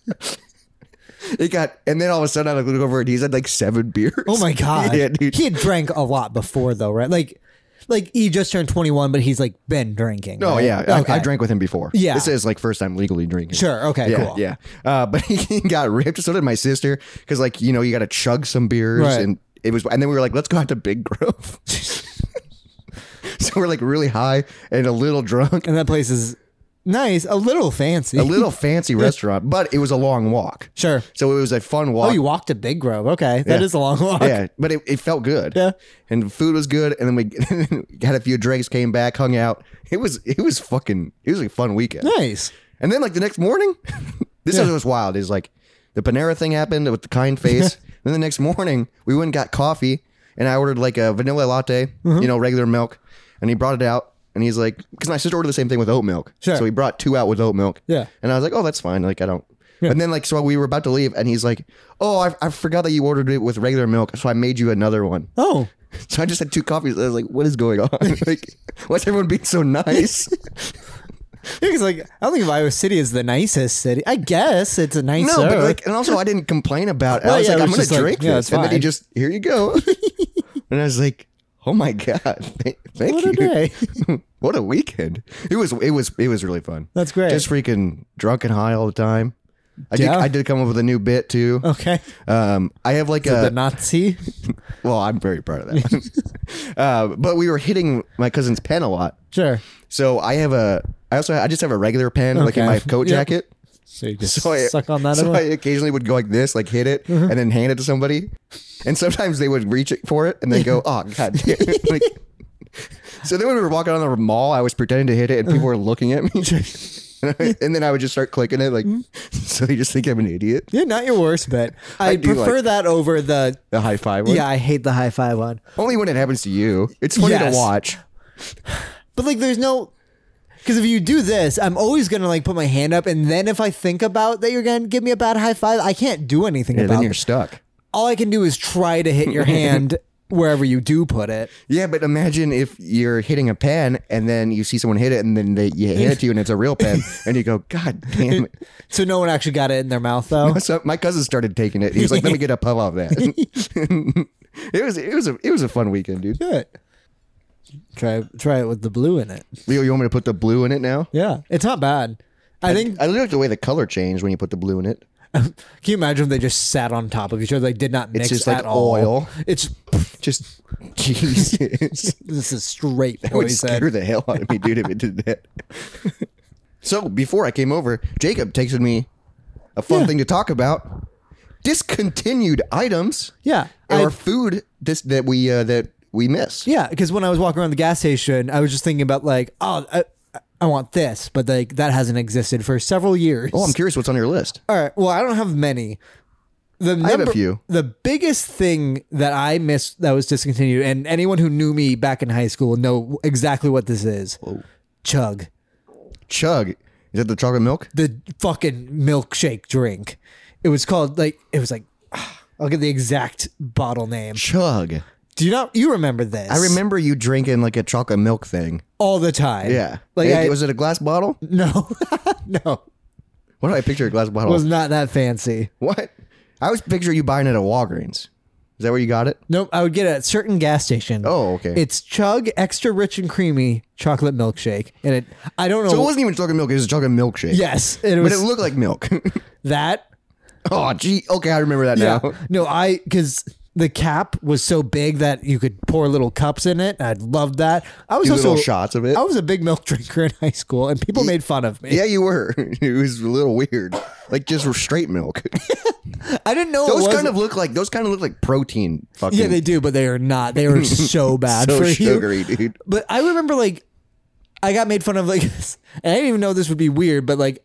it got, and then all of a sudden I look over, and he's had like seven beers.
Oh my god.
yeah, dude.
He had drank a lot before though, right? Like like he just turned 21 but he's like been drinking.
Oh
right?
yeah,
Okay.
I, I drank with him before.
Yeah.
this is like first time legally drinking.
Sure. Okay,
yeah,
cool.
yeah. Uh, but he got ripped. So did my sister, because like you know you got to chug some beers,
Right.
and it was. And then we were like, let's go out to Big Grove. so we're like really high and a little drunk.
And that place is nice, a little fancy.
a little fancy restaurant, but it was a long walk.
sure.
So it was a fun walk.
Oh, you walked to Big Grove. Okay, that is
Yeah.
a long walk.
yeah, but it, it felt good.
Yeah.
and the food was good. And then we had a few drinks, came back, hung out. It was it was fucking it was a fun weekend.
Nice.
And then like the next morning, this is what's wild is like the Panera thing happened with the kind face. then the next morning, we went and got coffee, and I ordered like a vanilla latte,
Uh-huh.
you know, regular milk, and he brought it out. And he's like, because my sister ordered the same thing with oat milk,
Sure.
so he brought two out with oat milk.
Yeah.
and I was like, oh, that's fine. Like I don't. And then like so we were about to leave, and he's like, oh, I, I forgot that you ordered it with regular milk, so I made you another one.
Oh,
So I just had two coffees. I was like, what is going on? like, why's everyone being so nice?
because like I don't think Iowa City is the nicest city. I guess it's a nice.
No, but like, and also I didn't complain about it. I
Well,
was
yeah,
like,
it
I'm
was
gonna
just like,
drink
yeah, it's
this, and then he
fine.
just, here you go. and I was like, oh my god, thank, thank
what
you.
a day.
what a weekend. It was, it was, it was really fun.
That's great.
Just freaking drunk and high all the time. I did,
Yeah.
I did come up with a new bit too.
Okay,
Um, I have like
the
a,
Nazi.
well, I'm very proud of that. uh, but we were hitting my cousin's pen a lot,
Sure.
so I have a, I also, I just have a regular pen like in
Okay.
my coat
Yep.
jacket.
So you just
So I,
suck on that.
So
one? Uh-huh.
I occasionally would go like this, like hit it, and then hand it to somebody. And sometimes they would reach it for it and they go, "Oh god!" damn it." like, so then when we were walking on the mall, I was pretending to hit it, and
Uh-huh.
people were looking at me. And I- and then I would just start clicking it, like,
Mm-hmm.
so they just think I'm an idiot.
yeah, not your worst bet. I,
do
prefer
like-
that over the.
The high five one.
Yeah, I hate the high five one.
Only when it happens to you. It's funny
Yes.
to watch.
But like, there's no. Because if you do this, I'm always gonna like put my hand up, and then if I think about that you're gonna give me a bad high five, I can't do anything
And
about
then you're
it.
stuck.
All I can do is try to hit your hand wherever you do put it.
Yeah, but imagine if you're hitting a pen and then you see someone hit it and then they you hand it to you and it's a real pen and you go, God damn it.
So no one actually got it in their mouth though.
So my cousin started taking it. He was like, "Let me get a puff off that." it was it was a it was a fun weekend, dude.
do it. Try try it with the blue in it.
Leo, you want me to put the blue in it now?
Yeah, it's not bad. I think.
I really like the way the color changed when you put the blue in it.
Can you imagine if they just sat on top of each other? They did not mix
just
at
like
all.
oil.
It's
Just Jesus,
this is straight
it would
poison.
scare the hell out of me, dude, if it did that. so before I came over, Jacob texted me a fun thing to talk about: discontinued items
Yeah, I-
or food this that we uh, that we miss.
Yeah, because when I was walking around the gas station, I was just thinking about like, oh, I, I want this, but like that hasn't existed for several years.
Oh, I'm curious what's on your list.
All right. Well, I don't have many. The number,
have a few.
The biggest thing that I missed that was discontinued, and anyone who knew me back in high school know exactly what this is. Chug
Chug. Is that the chocolate milk?
the fucking milkshake drink. It was called like it was like. I'll get the exact bottle name.
Chug.
Do you not? You remember this?
I remember you drinking like a chocolate milk thing.
all the time. Like
It-
I,
was it a glass bottle?
no, no.
What did I picture a glass bottle?
was not that fancy.
what? I was picturing you buying it at Walgreens. Is that where you got it?
Nope, I would get it at a certain gas station.
Oh, okay.
It's Chug Extra Rich and Creamy Chocolate Milkshake, and it. I don't know.
So it wasn't even chocolate milk. It was a chocolate milkshake.
yes, it was
but it looked like milk.
that.
oh, gee. Okay, I remember that
Yeah.
now.
No, I because the cap was so big that you could pour little cups in it. I loved that. I was
Do
also
little shots of it.
I was a big milk drinker in high school, and people made fun of me.
Yeah, you were. It was a little weird, like just straight milk.
I didn't know it
Those
was
kind of look like those kind of look like protein. Fucking
Yeah, they do, but they are not. They are so bad
so
for you.
sugary, dude.
But I remember like I got made fun of like and I didn't even know this would be weird, but like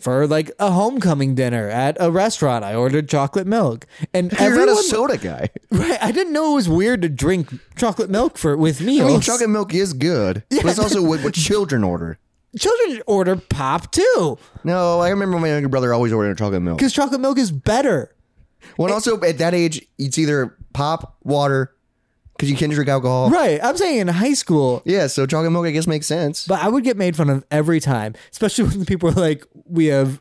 for like a homecoming dinner at a restaurant, I ordered chocolate milk, and
You're
everyone.
not a soda guy.
right, I didn't know it was weird to drink chocolate milk for with
I
meals.
mean, chocolate milk is good, but it's also what, what children order.
Children order pop too,
No, I remember my younger brother always ordering chocolate milk.
because chocolate milk is better.
Well, and also at that age, it's either pop, water, because you can't drink alcohol.
Right, I'm saying in high school.
Yeah, so chocolate milk, I guess, makes sense.
But I would get made fun of every time, especially when the people are like, "We have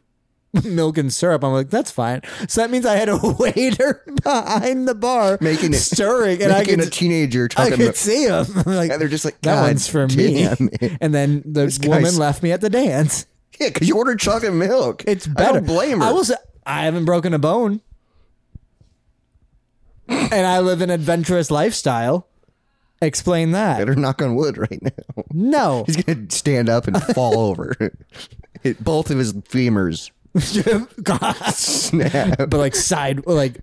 milk and syrup." I'm like, "That's fine." So that means I had a waiter behind the bar
Making it-
stirring, and
And
I
Making a
could
teenager
I
chocolate
could
milk.
see him. I'm like,
And they're just like,
"That
"God
one's for
damn
me."
it."
And then the woman
guy's-
left me at the dance.
Yeah, because you ordered chocolate milk.
It's better.
I don't blame her.
I will say, I haven't broken a bone, and I live an adventurous lifestyle. Explain that.
Better knock on wood right now.
No.
He's gonna stand up and fall over. It- both of his femurs
God.
snap.
But like side, like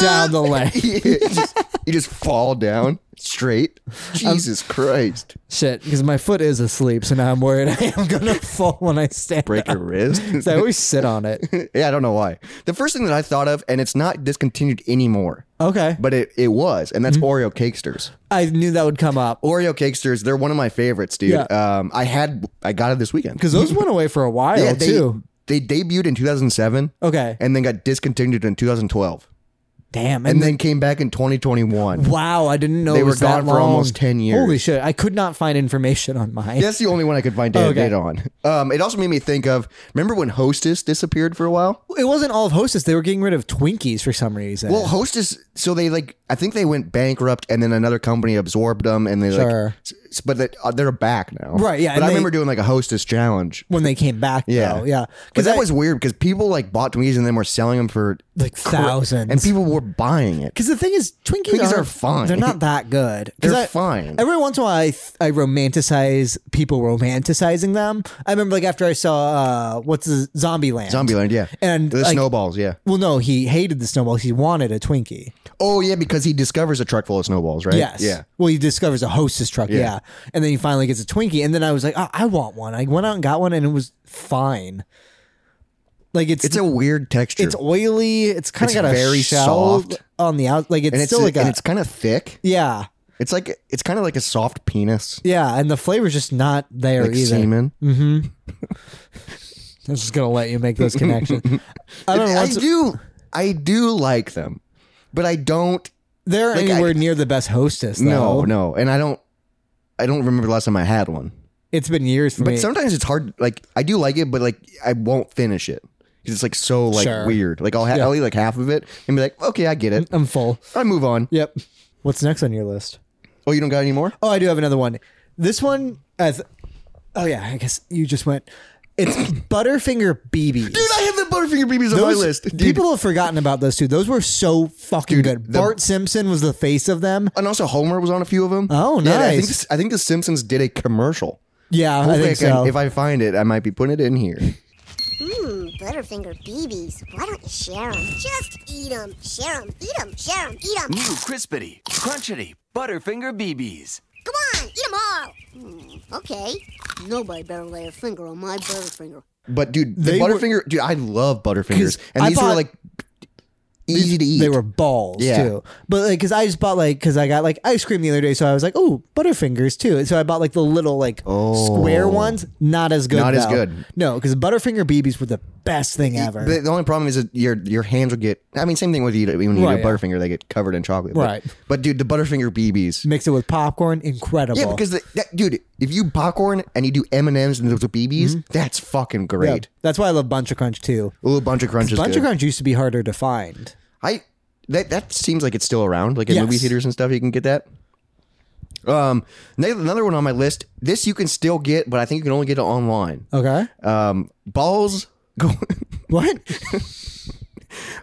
down the leg.
you, just, you just fall down straight. Jesus Christ!
Shit, because my foot is asleep, so now I'm worried I am gonna fall when I stand.
Break
up.
your wrist.
So I always sit on it.
yeah, I don't know why. The first thing that I thought of, and it's not discontinued anymore,
Okay,
but it, it was, and
Mm-hmm.
that's Oreo Cakesters.
I knew that would come up
Oreo Cakesters, they're one of my favorites, dude.
Yeah.
Um, I had I got it this weekend
because those went away for a while
yeah, they,
too.
they debuted in 2007
Okay,
and then got discontinued in 2012
damn,
and
and,
then came back in 2021.
wow, I didn't know
They
it
were
was that
gone for
long.
almost 10 years.
Holy shit, I could not find information on mine.
That's the only one I could find data,
Oh, Okay.
data on. Um, it also made me think of remember when Hostess disappeared for a while?
It wasn't all of Hostess; they were getting rid of Twinkies for some reason.
Well, Hostess, so they like, I think they went bankrupt, and then another company absorbed them, and they like,
Sure.
s- s- but they, uh, they're back now,
Right, yeah,
But
and
I
they-
remember doing like a Hostess challenge,
when they came back,
Yeah.
though. yeah,
because
because
that was weird because people like bought Twinkies and then were selling them for
like thousands.
and people were buying it.
Because the thing is, Twinkies,
Twinkies
aren't-
are fine.
They're not that good. 'Cause
They're
I-
fine.
Every once in a while, I, th- I romanticize people romanticizing them. I remember like after I saw uh, what's the Zombieland.
Zombieland, yeah,
And,
the
like-
snowballs, yeah.
Well, no, he hated the snowballs. He wanted a Twinkie.
Oh yeah, because he discovers a truck full of snowballs, right?
Yes.
Yeah.
Well, he discovers a hostess truck. Yeah. And then he finally gets a Twinkie. And then I was like, oh, I want one. I went out and got one, and it was fine. Like it's
It's a weird texture.
it's oily. It's kind
It's
of got a
very
shell
soft.
on the out. Like it's
and it's
still like
and
a
it's kind of thick.
yeah.
It's like it's kind of like a soft penis,
Yeah, and the flavor's just not there
like
either.
semen.
I'm just gonna let you make those connections. I don't know.
I
Once,
do, I do like them, but I don't.
they're
like, I-
anywhere near the best hostess.
No,
though.
no, and I don't. I don't remember the last time I had one.
it's been years for
But
me.
sometimes it's hard. Like I do like it, but like I won't finish it because it's like so like
Sure.
weird. Like I'll, ha- I'll eat like half of it and be like, okay, I get it.
I'm full.
I move on.
Yep. What's next on your list?
Oh, you don't got any more?
Oh, I do have another one. This one, I th- oh yeah, I guess you just went. It's Butterfinger BBs.
Dude, I have the Butterfinger BBs on my
Those-
list. Dude.
People have forgotten about those two. Those were so fucking good.
the-
Bart Simpson was the face of them.
and also Homer was on a few of them.
Oh,
Yeah, I think
nice.
I think the Simpsons did a commercial.
Yeah, I
Hopefully
think
I can-
so.
if I find it, I might be putting it in here.
Mmm, Butterfinger BBs. Why don't you share 'em? Just eat 'em, share 'em, eat 'em, share 'em, eat 'em.
New crispity, crunchity, Butterfinger BBs.
Come on, eat 'em all. Mm, okay. Nobody better lay a finger on my Butterfinger.
But dude, the
They were-
Butterfinger, dude, I love Butterfingers,
'Cause
and
I
these were
bought-
like easy to eat.
They were balls
Yeah.
too. But like, cause I just bought like, cause I got like ice cream the other day, so I was like, oh, Butterfingers too. And so I bought like the little like square ones. Not as good.
Oh. Not as
though.
good.
No, cause Butterfinger BBs were the best thing ever.
The, the only problem is that your your hands will get. I mean, same thing with you. When you eat
Right,
a
yeah.
Butterfinger, they get covered in chocolate. But-
Right.
But, dude, the Butterfinger BBs.
Mix it with popcorn, incredible.
Yeah, because the, that, dude, if you popcorn and you do M and M's and those BBs,
Mm-hmm.
that's fucking
Yeah.
great.
That's why I love Bunch of Crunch too.
A little bunch of crunches.
Bunch of Crunch used to be harder to find.
I that that seems like it's still around, like in
Yes.
movie theaters and stuff. You can get that. Um, na- another one on my list. This you can still get, but I think you can only get it online.
Okay.
Um, balls, go,
What?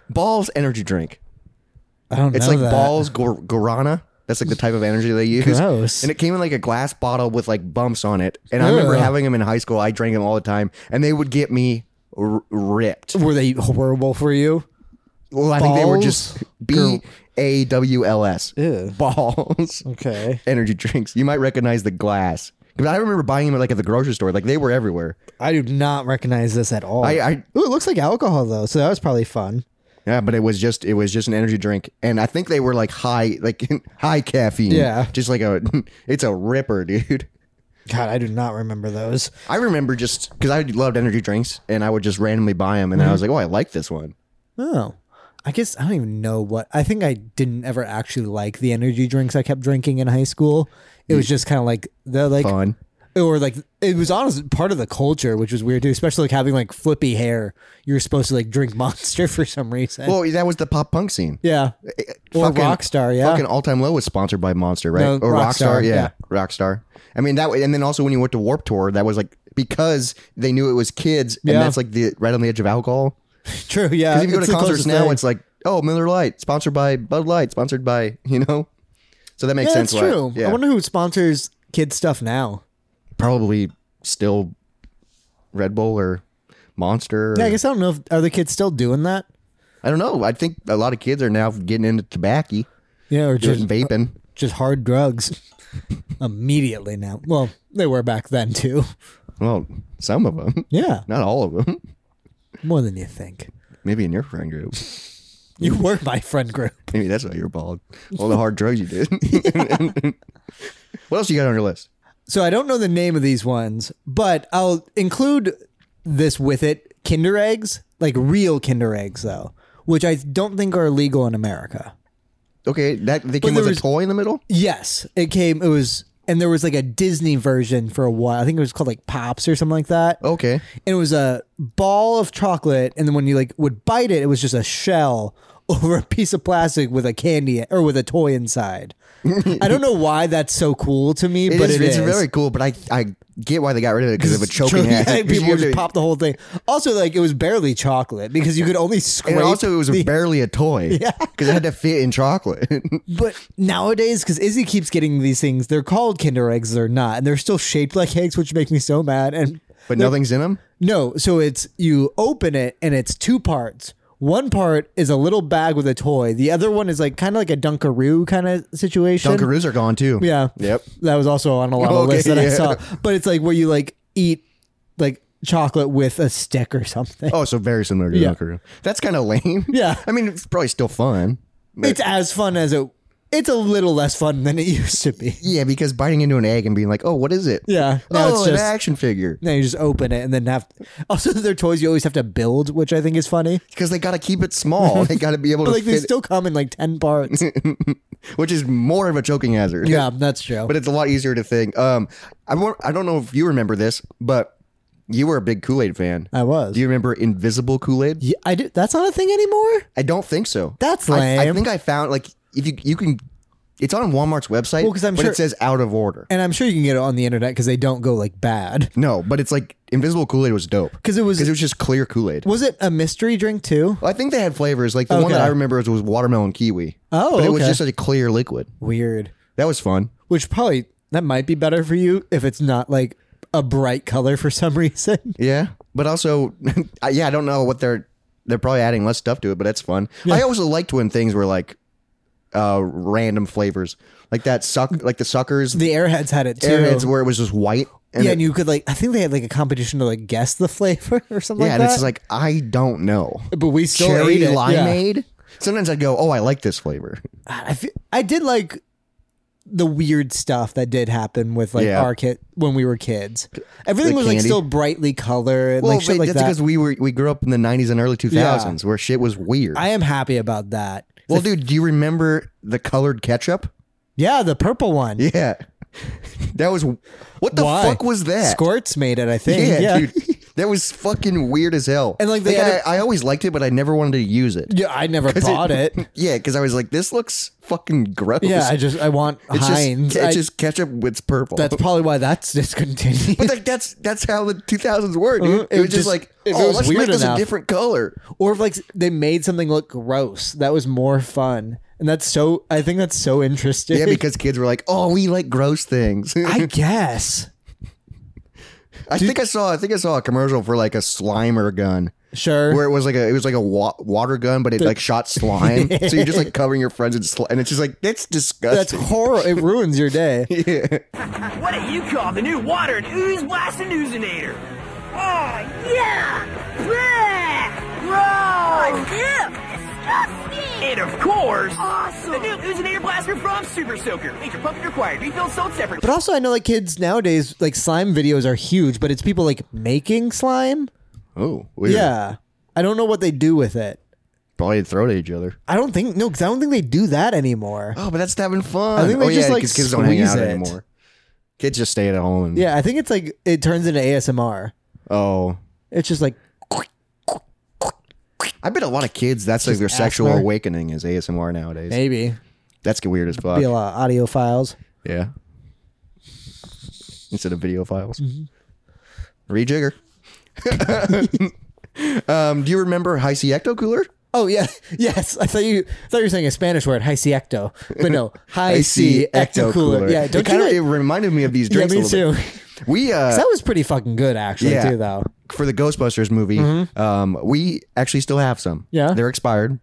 balls energy drink.
I don't
It's
know.
like
that.
balls gor- guarana. That's like the type of energy they use.
Gross.
And it came in like a glass bottle with like bumps on it. And I remember
Ugh.
having them in high school. I drank them all the time, and they would get me r- ripped.
Were they horrible for you?
Well, I think they were
Balls?
just B A W L S balls.
Okay.
energy drinks. You might recognize the glass. But I remember buying them like at the grocery store. Like they were everywhere.
I do not recognize this at all.
I, I
Ooh, it looks like alcohol though, so that was probably fun.
yeah, but it was just it was just an energy drink, and I think they were like high like high caffeine.
Yeah.
just like a it's a ripper, dude.
God, I do not remember those.
I remember just because I loved energy drinks, and I would just randomly buy them, and I was
Mm-hmm.
like, oh, I like this one.
Oh. I guess I don't even know what I think I didn't ever actually like the energy drinks I kept drinking in high school. It was just kind of like they're like
Fun.
or like it was honest part of the culture, which was weird too, especially like having like flippy hair. You were supposed to like drink monster for some reason.
Well, eh, that was the pop punk scene.
yeah. Or Rockstar, yeah.
Fucking All Time Low was sponsored by Monster, right?
No,
or Rockstar,
Rockstar,
yeah.
yeah.
Rockstar. I mean that, and then also when you went to Warp Tour, that was like because they knew it was kids,
Yeah.
and that's like the right on the edge of alcohol.
True, yeah.
Because if you go
it's
to
the
concerts
closest
now,
thing.
it's like oh Miller Lite, sponsored by Bud Light, sponsored by you know. So that makes
Yeah,
sense.
that's
why-
true.
Yeah.
I wonder who sponsors kid stuff now.
probably still Red Bull or Monster. Or,
Yeah, I guess I don't know if are the kids still doing that?
I don't know. I think a lot of kids are now getting into tobacco,
Yeah, or
just
just uh,
vaping.
just hard drugs immediately now. Well, they were back then too.
Well, some of them,
Yeah,
not all of them.
more than you think.
Maybe in your friend group.
You were my friend group.
Maybe that's why you're bald. All the hard drugs you did. what else you got on your list?
So I don't know the name of these ones, but I'll include this with it. Kinder eggs, like real Kinder eggs though, which I don't think are illegal in America.
Okay, that they came
there
with
was-
a toy in the middle.
Yes, it came. It was, and there was like a Disney version for a while. I think it was called like Pops or something like that.
Okay,
And it was a ball of chocolate, and then when you like would bite it, it was just a shell over a piece of plastic with a candy or with a toy inside. I don't know why that's so cool to me,
It
but
is-
it
it's
is.
very cool. But I I get why they got rid of it because of a choking
Choking-
hazard.
people would just pop the whole thing. Also, like it was barely chocolate because you could only scrape.
And also, it was
the-
barely a toy.
Yeah.
because it had to fit in chocolate.
But nowadays, because Izzy keeps getting these things, they're called Kinder eggs, they're not, and they're still shaped like eggs, which make me so mad. And
but nothing's in them.
no, so it's you open it and it's two parts. One part is a little bag with a toy. The other one is like kind of like a Dunkaroo kind of situation.
Dunkaroos are gone too.
Yeah.
Yep.
That was also on a lot of
Okay,
lists that I
yeah.
saw. But it's like where you like eat like chocolate with a stick or something.
Oh, so very similar to
Yeah.
Dunkaroo. That's kind of lame.
Yeah.
I mean, it's probably still fun.
It's as fun as it. It's a little less fun than it used to be.
Yeah, because biting into an egg and being like, "Oh, what is it?"
Yeah. Now
oh,
it's
an
just-
action figure.
Now you just open it and then have. also, their toys you always have to build, which I think is funny.
Because they got to keep it small. they got to be able to
But like they
fit,
still come in like ten parts.
which is more of a choking hazard.
yeah, that's true.
but it's a lot easier to think. Um, I wa- I don't know if you remember this, but you were a big Kool Aid fan.
I was.
Do you remember Invisible Kool Aid?
yeah, I do. That's not a thing anymore.
I don't think so.
That's
I- I,
lame.
think I found like if you you can, it's on Walmart's website.
Well, 'cause I'm
but
sure-
it says out of order.
And I'm sure you can get it on the internet because they don't go like bad.
No, but it's like Invisible Kool Aid was dope
'Cause it was-
because it was just clear Kool Aid.
Was it a mystery drink too?
I think they had flavors. Like the one
Okay.
that I remember was, was watermelon kiwi.
Oh,
but it was
okay.
just a clear liquid.
Weird.
That was fun.
Which probably that might be better for you if it's not like a bright color for some reason.
Yeah, but also, I- yeah, I don't know what they're they're probably adding less stuff to it, but that's fun. I always liked when things were like uh random flavors, like that suck, like the suckers,
The Airheads had it too.
airheads, where it was just white.
yeah,
it-
and you could like I think they had like a competition to like guess the flavor or something.
yeah,
like
and
that.
it's like I don't know
but we still
cherry
ate it. Yeah.
limeade. Sometimes I'd go, oh, I like this flavor.
I fe- I did like the weird stuff that did happen with like
Yeah.
our kid when we were kids. Everything
The
was like
candy.
still brightly colored,
Well,
like shit
but
like
that's
that.
because we were we grew up in the '90s and early 2000s where shit was weird.
I am happy about that.
well, dude, do you remember the colored ketchup?
Yeah, the purple one.
Yeah, that was what the
Why?
fuck was that?
Scorts made it, I think.
Yeah,
Yeah, yeah.
dude. That was fucking weird as hell.
And, like, they
I-
had
I, always liked it, but I never wanted to use it.
I never
'Cause
bought it.
Yeah, because I was like, this looks fucking gross.
Yeah, I just I want
it's
Heinz.
just it's
I-
just ketchup with purple.
that's probably why that's discontinued.
but like that's that's how the 2000s were, dude.
Uh-huh.
It was
It
just,
just-
like,
if it
oh,
was
let's
weird
make this
enough.
a different color.
or if like they made something look gross, that was more fun. And that's so. I think that's so interesting.
Yeah, because kids were like, oh, we like gross things. I,
I guess
think I saw I think I saw a commercial for like a Slimer gun.
sure.
Where it was like a it was like a wa- water gun, but it like shot slime. so you're just like covering your friends in slime, and it's just like that's
That's
disgusting.
horrible. It ruins your day.
What do you call the new water and ooze blasting oozinator?
Oh, yeah! Blech! Gross! Ew! Disgusting!
And of course, the
Awesome!
new oozinator blaster from Super Soaker. Major pump and required. Refill sold separately.
But also, I know like kids nowadays, like slime videos are huge, but it's people like making slime.
oh, weird.
Yeah, I don't know what they do with it.
probably throw it at each other.
I don't think no, because I don't think they do that anymore.
Oh, but that's having fun.
I think they
oh,
just, like,
'cause kids don't hang
squeeze
out
it.
anymore. Kids just stay at home. And,
Yeah, I think it's like it turns into ASMR.
Oh,
It's just like
I bet a lot of kids that's like their sexual
ASMR?
awakening is ASMR nowadays.
maybe
That's get weird as fuck.
be a lot of audio files.
Yeah. Instead of video files. Mm-hmm. Rejigger. um, do you remember High C Ecto Cooler?
Oh yeah, yes. I thought you I thought you were saying a Spanish word, high ecto, but no, high
I see ecto cooler.
Yeah,
it
don't
kind
you?
of it
It,
reminded me of these
yeah,
drinks. a
me
little
too.
bit. We uh,
that was pretty fucking good actually
Yeah.
too, though.
for the Ghostbusters movie, um, we actually still have some.
Mm-hmm. Yeah?
they're expired.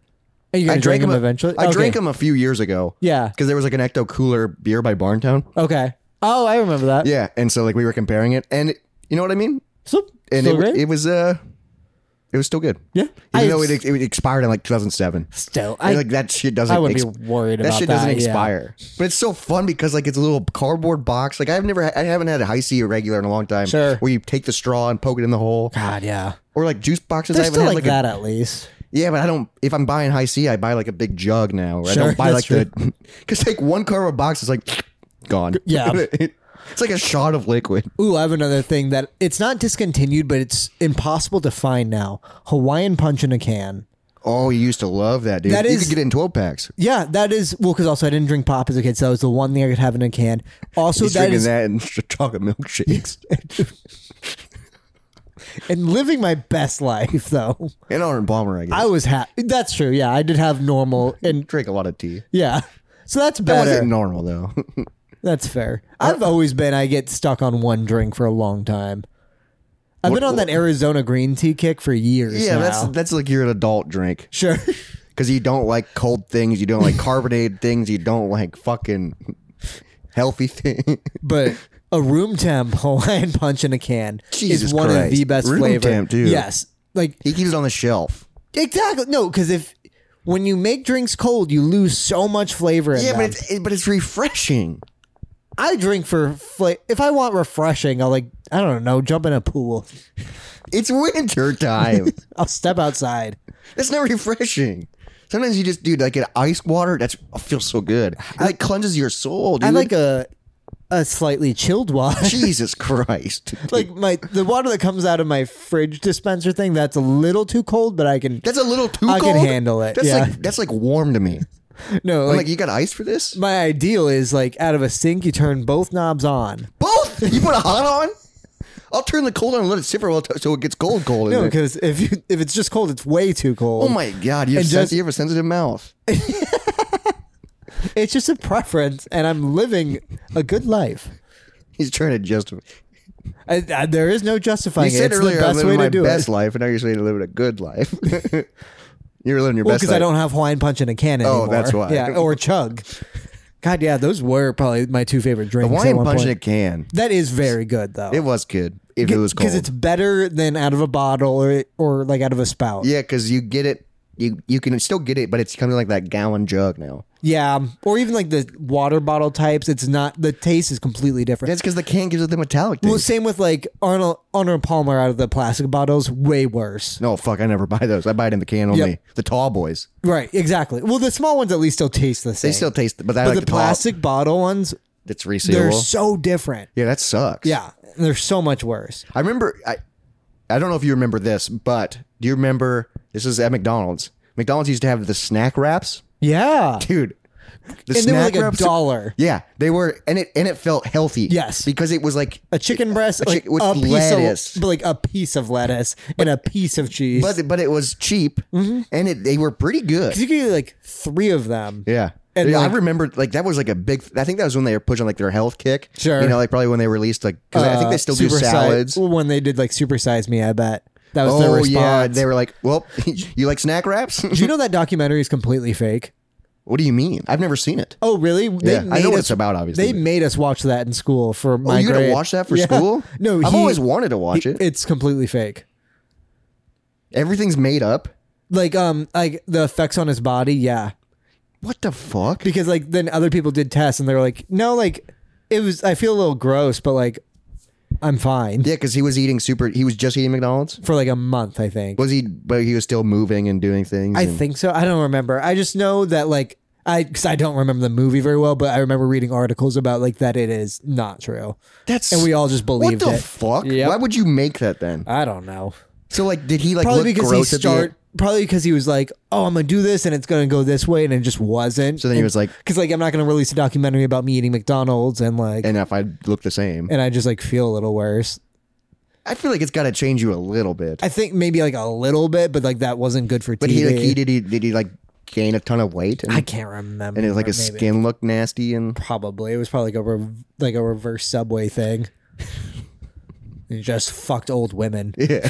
Are you
I
gonna
drank
drink them
a-
eventually?
I
okay.
drank them a few years ago.
Yeah.
because there was like an ecto cooler beer by Barntown.
Okay. Oh, I remember that.
Yeah, and so like we were comparing it, and you know what I mean.
So,
And
so
it,
great.
it was uh, it was still good.
Yeah.
even
I-
though it, it expired in like 2007.
still,
I,
I,
like that shit doesn't.
I would be worried
that
about
shit
that,
doesn't
yeah.
expire, but it's so fun because like it's a little cardboard box. Like I've never, I haven't had a high C regular in a long time.
Sure.
where you take the straw and poke it in the hole,
God, yeah.
or like juice boxes.
They're
I haven't
still
had like
like,
a-
that at least.
yeah, but I don't. If I'm buying high C, I buy like a big jug now. Or I
Sure,
don't buy like
that's
the because like one cardboard box is like gone.
Yeah.
it's like a shot of liquid.
Ooh, I have another thing that it's not discontinued, but it's impossible to find now. Hawaiian punch in a can.
Oh, you used to love that, dude.
That
you
is-
could get it in twelve packs.
Yeah, that is well because also I didn't drink pop as a kid, so that was the one thing I could have in a can. Also,
He's
that
drinking
is
that and chocolate milkshakes.
and living my best life though.
and Arnold Palmer, I guess.
I was happy. That's true. Yeah, I did have normal and
drink a lot of tea.
yeah, so that's
That
better.
wasn't uh, normal though.
That's fair. I've always been. I get stuck on one drink for a long time. I've
What-
been on that Arizona green tea kick for years.
yeah,
now.
that's that's like you're an adult drink
sure.
because you don't like cold things, you don't like carbonated things, you don't like fucking healthy things.
but a room temp Hawaiian punch in a can
Jesus
is one
Christ.
of the best
Room
flavor.
temp, dude.
Yes, like
he keeps it on the shelf.
exactly. No, because if when you make drinks cold, you lose so much flavor. In
Yeah, but
them.
it's it, but it's refreshing.
I drink for fla- if I want refreshing, I'll like I don't know, jump in a pool.
It's winter time.
I'll step outside.
That's not refreshing. Sometimes you just dude like an ice water. That's feels so good. It like cleanses your soul. Dude.
I like a a slightly chilled water.
Jesus Christ.
like my the water that comes out of my fridge dispenser thing. That's a little too cold, but I can
that's a little too.
I can
cold.
handle it,
That's
yeah.
like that's like warm to me.
no
I'm
like.
like you got ice for this?
my ideal is like out of a sink, you turn both knobs on.
Both. You put a hot on. I'll turn the cold on and let it sit for a while t- so it gets cold, cold. in
No,
there.
because if you, if it's just cold, it's way too cold.
oh my god, you have,
And
sen-
just-
you have a sensitive mouth.
It's just a preference, and I'm living a good life.
He's trying to justify.
I, I, there is no justifying
You
it.
said
it's
earlier
the
I'm
best way
living
to
my
do
best
it.
life, and now you're saying I'm living a good life. you're living your
Well,
best
because I
life. Oh,
don't have Hawaiian punch in a can anymore.
that's why.
Yeah, or chug. God, yeah, those were probably my two favorite drinks. at
Hawaiian
one
punch in
point.
a can.
That is very good though.
It was good if it was cold.
because it's better than out of a bottle or or like out of a spout.
Yeah, because you get it. You you can still get it, but it's kind of like that gallon jug now.
Yeah, or even like the water bottle types. It's not the taste is completely different.
That's because the can gives it the metallic taste.
Well, same with like Arnold Arnold Palmer out of the plastic bottles, way worse.
no, fuck, I never buy those. I buy it in the can only.
Yep.
The tall boys,
Right, exactly. Well, the small ones at least still taste the same.
they still taste, but I
but
like
the,
the,
plastic bottle ones,
Tall, that's
they're
resealable.
so different.
yeah, that sucks.
Yeah, they're so much worse.
I remember. I I don't know if you remember this, but do you remember? This is at McDonald's. McDonald's used to have the snack wraps,
Yeah,
dude. The
and they were like a dollar.
Yeah, they were, and it and it felt healthy.
Yes.
because it was like
A chicken breast,
a
like
chick- with
a piece
lettuce.
of, but like a piece of lettuce and a piece of cheese.
but but it was cheap, and it, they were pretty good.
Mm-hmm. you could get like three of them.
Yeah.
And,
yeah,
like-
I remember like that was like a big. I think that was when they were pushing like their health kick.
Sure.
you know, like probably when they released like because I think
Uh,
they still do
super si-
salads.
when they did like supersize me, I bet that was their
oh
response.
yeah, they were like, "Well, you like snack wraps?
Do you know that documentary is completely fake?
what do you mean? I've never seen it.
Oh, really? They
Yeah, I know what it's about, obviously,
they
but-
made us watch that in school for
Oh,
my.
you had to
grade.
watch that for
Yeah.
school?
No,
I've
he-
always wanted to watch
he-
it.
It's completely fake.
Everything's made up.
Like um, like the effects on his body. Yeah,
What the fuck?
because like then other people did tests and they were like, no, like it was. I feel a little gross, but like I'm fine
Yeah, because he was eating super. He was just eating McDonald's.
for like a month. I think.
Was he? But he was still moving and doing things.
I
and-
think so. I don't remember. I just know that like I because I don't remember the movie very well, but I remember reading articles about like that it is not true.
that's
and we all just
What
believed
the
it.
fuck?
Yep.
Why would you make that then?
I don't know.
So like, did he like
Probably
look
because he
gross at the
start. Probably because he was like, "Oh, I'm gonna do this, and it's gonna go this way," and it just wasn't.
So then he was like,
"Because like I'm not gonna release a documentary about me eating McDonald's and like
and if I look the same,
and I just like feel a little worse."
I feel like it's got to change you a little bit.
I think maybe like a little bit, but like that wasn't good for TV.
But he like he did he did he like gain a ton of weight and,
I can't remember.
and it was like
maybe.
his skin looked nasty and
Probably it was probably like a rev like a reverse subway thing. he just fucked old women.
yeah.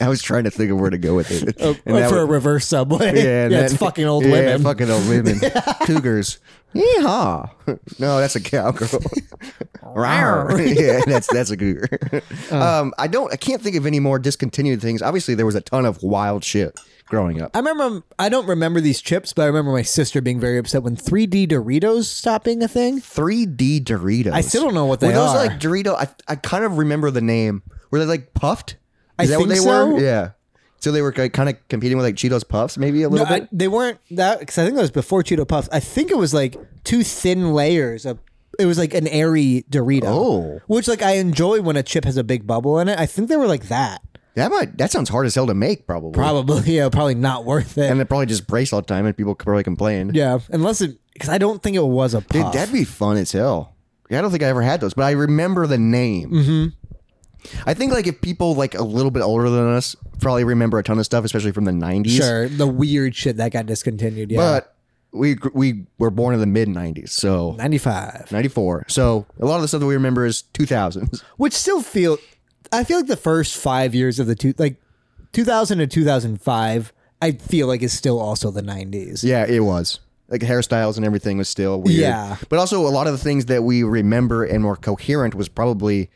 I was trying to think of where to go with it. And that
Oh, for a
would-
reverse subway.
and
yeah, it's
then-
fucking old
yeah,
women.
fucking old women. Cougars. Yeehaw. No, that's a cowgirl. Rawr. yeah, that's that's a cougar.
Uh.
um, I don't. I can't think of any more discontinued things. Obviously, there was a ton of wild shit growing up.
I remember I don't remember these chips, but I remember my sister being very upset when 3D Doritos stopped being a thing.
3D Doritos.
I still don't know what
were
they
those
are.
like Dorito. I I kind of remember the name. Were they like puffed? Is
I
that what
think
they
so.
were? Yeah. So they were kind of competing with like Cheetos Puffs, maybe a little
No, I,
bit.
they weren't that because I think that was before Cheeto Puffs. I think it was like two thin layers of. It was like an airy Dorito.
Oh.
which like I enjoy when a chip has a big bubble in it. I think they were like that.
that might. That sounds hard as hell to make, probably.
Probably yeah, probably not worth it.
And it probably just breaks all the time, and people probably complain.
yeah, unless it because I don't think it was a
Dude,
puff.
that'd be fun as hell. Yeah, I don't think I ever had those, but I remember the name. Mm-hmm. I think like if people like a little bit older than us probably remember a ton of stuff, especially from the nineties.
sure the weird shit that got discontinued. Yeah,
But we we were born in the mid nineties, so
ninety five,
ninety four. So a lot of the stuff that we remember is two thousands.
which still feel. I feel like the first five years of the two like two thousand to two thousand five. I feel like is still also the nineties.
Yeah, it was. Like hairstyles and everything was still weird.
Yeah.
But also a lot of the things that we remember and were coherent was probably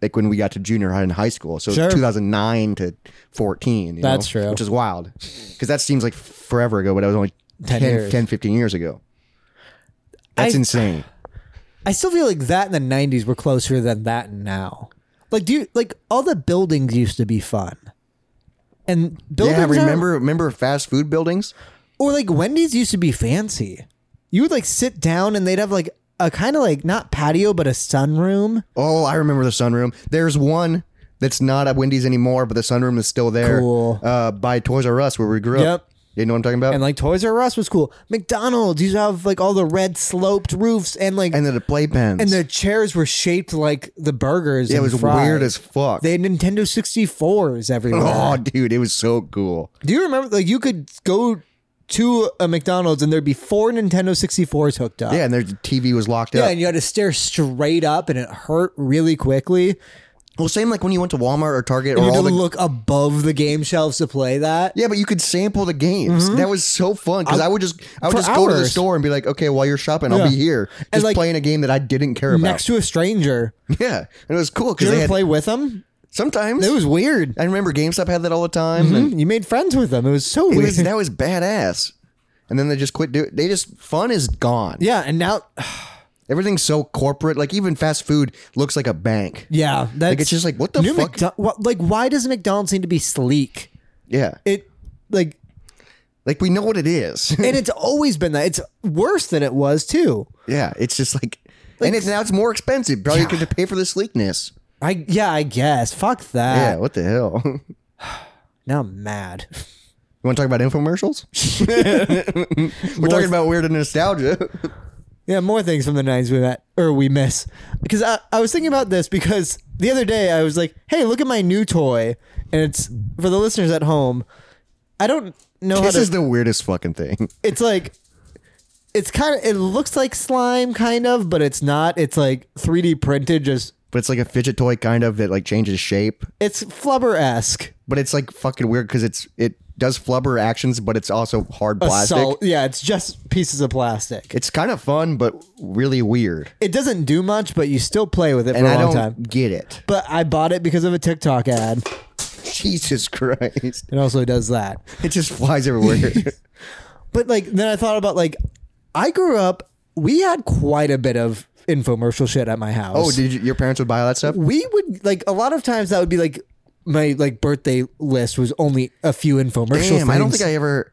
like when we got to junior high and high school. So
Sure.
2009 to 14. you
That's
know,
true.
Which is wild. Because that seems like forever ago, but it was only 10,
10
10,
years.
15 years ago. That's
I-
insane.
I still feel like that in the '90s were closer than that now. Like, do you like all the buildings used to be fun, and buildings
Yeah,
aren't-
remember remember fast food buildings?
or like Wendy's used to be fancy. You would like sit down and they'd have like a kind of like not patio but a sunroom.
Oh, I remember the sunroom. There's one that's not at Wendy's anymore, but the sunroom is still there.
Cool.
Uh, by Toys R Us where we grew
Yep.
up. You know what I'm talking about?
And like Toys R Us was cool. McDonald's used to have like all the red sloped roofs and like
and
and,
then the playpens.
the chairs were shaped like the burgers.
Yeah, it
and
was
fries.
weird as fuck.
They had Nintendo 64s everywhere.
oh, dude, it was so cool.
Do you remember? Like, you could go to a McDonald's and there'd be four Nintendo 64s hooked up.
Yeah, and their TV was locked
Yeah,
up.
and you had to stare straight up and it hurt really quickly.
well, same like when you went to Walmart or Target
You
or
had to
all the.
look above the game shelves to play that.
yeah, but you could sample the games. That was so fun because I, would just I would
Mm-hmm. for
just go to the
hours.
store and be like, okay, while you're shopping, I'll
Yeah.
be here just
like,
playing a game that I didn't care about.
Next to a stranger.
yeah, and it was cool
Did
because
you
they
ever
had
play with them?
sometimes
It was weird.
I remember GameStop had that all the time. And
You made friends with them. Mm-hmm. It was so
Mm. it
weird.
was that was badass. And then they just quit doing. They just fun is gone.
yeah, and now,
everything's so corporate. Like even fast food looks like a bank.
yeah, that's
it's just like, what the
new
fuck?
McDo- what- like, why does McDonald's need to be sleek?
Yeah,
It like
like we know what it is.
and it's always been that. It's worse than it was too.
Yeah, it's just like, and it's now it's more expensive. Probably you have to pay for the sleekness.
I yeah, I guess. Fuck that.
yeah, what the hell? you
Now I'm mad.
want to talk about infomercials? We're talking about weird and nostalgia.
Yeah, more things from the nineties we met or we miss. Because I, I was thinking about this because the other day I was like, hey, look at my new toy. And it's for the listeners at home, I don't know
this
how to
is the weirdest fucking thing.
it's like it's kind of it looks like slime kind of, but it's not. It's like 3D printed just
But it's like a fidget toy kind of that like changes shape.
it's flubber esque.
But it's like fucking weird because it's it does flubber actions, but it's also hard plastic.
Assault. Yeah, it's just pieces of plastic.
It's kind of fun, but really weird.
It doesn't do much, but you still play with it
And
for a
I
long
don't
time.
get it.
but I bought it because of a TikTok ad.
Jesus Christ!
It also does that.
It just flies everywhere.
But like then I thought about like I grew up we had quite a bit of infomercial shit at my house.
oh, did you, your parents would buy all that stuff?
we would like a lot of times that would be like my like birthday list was only a few infomercial
Damn, I don't
things.
think I ever.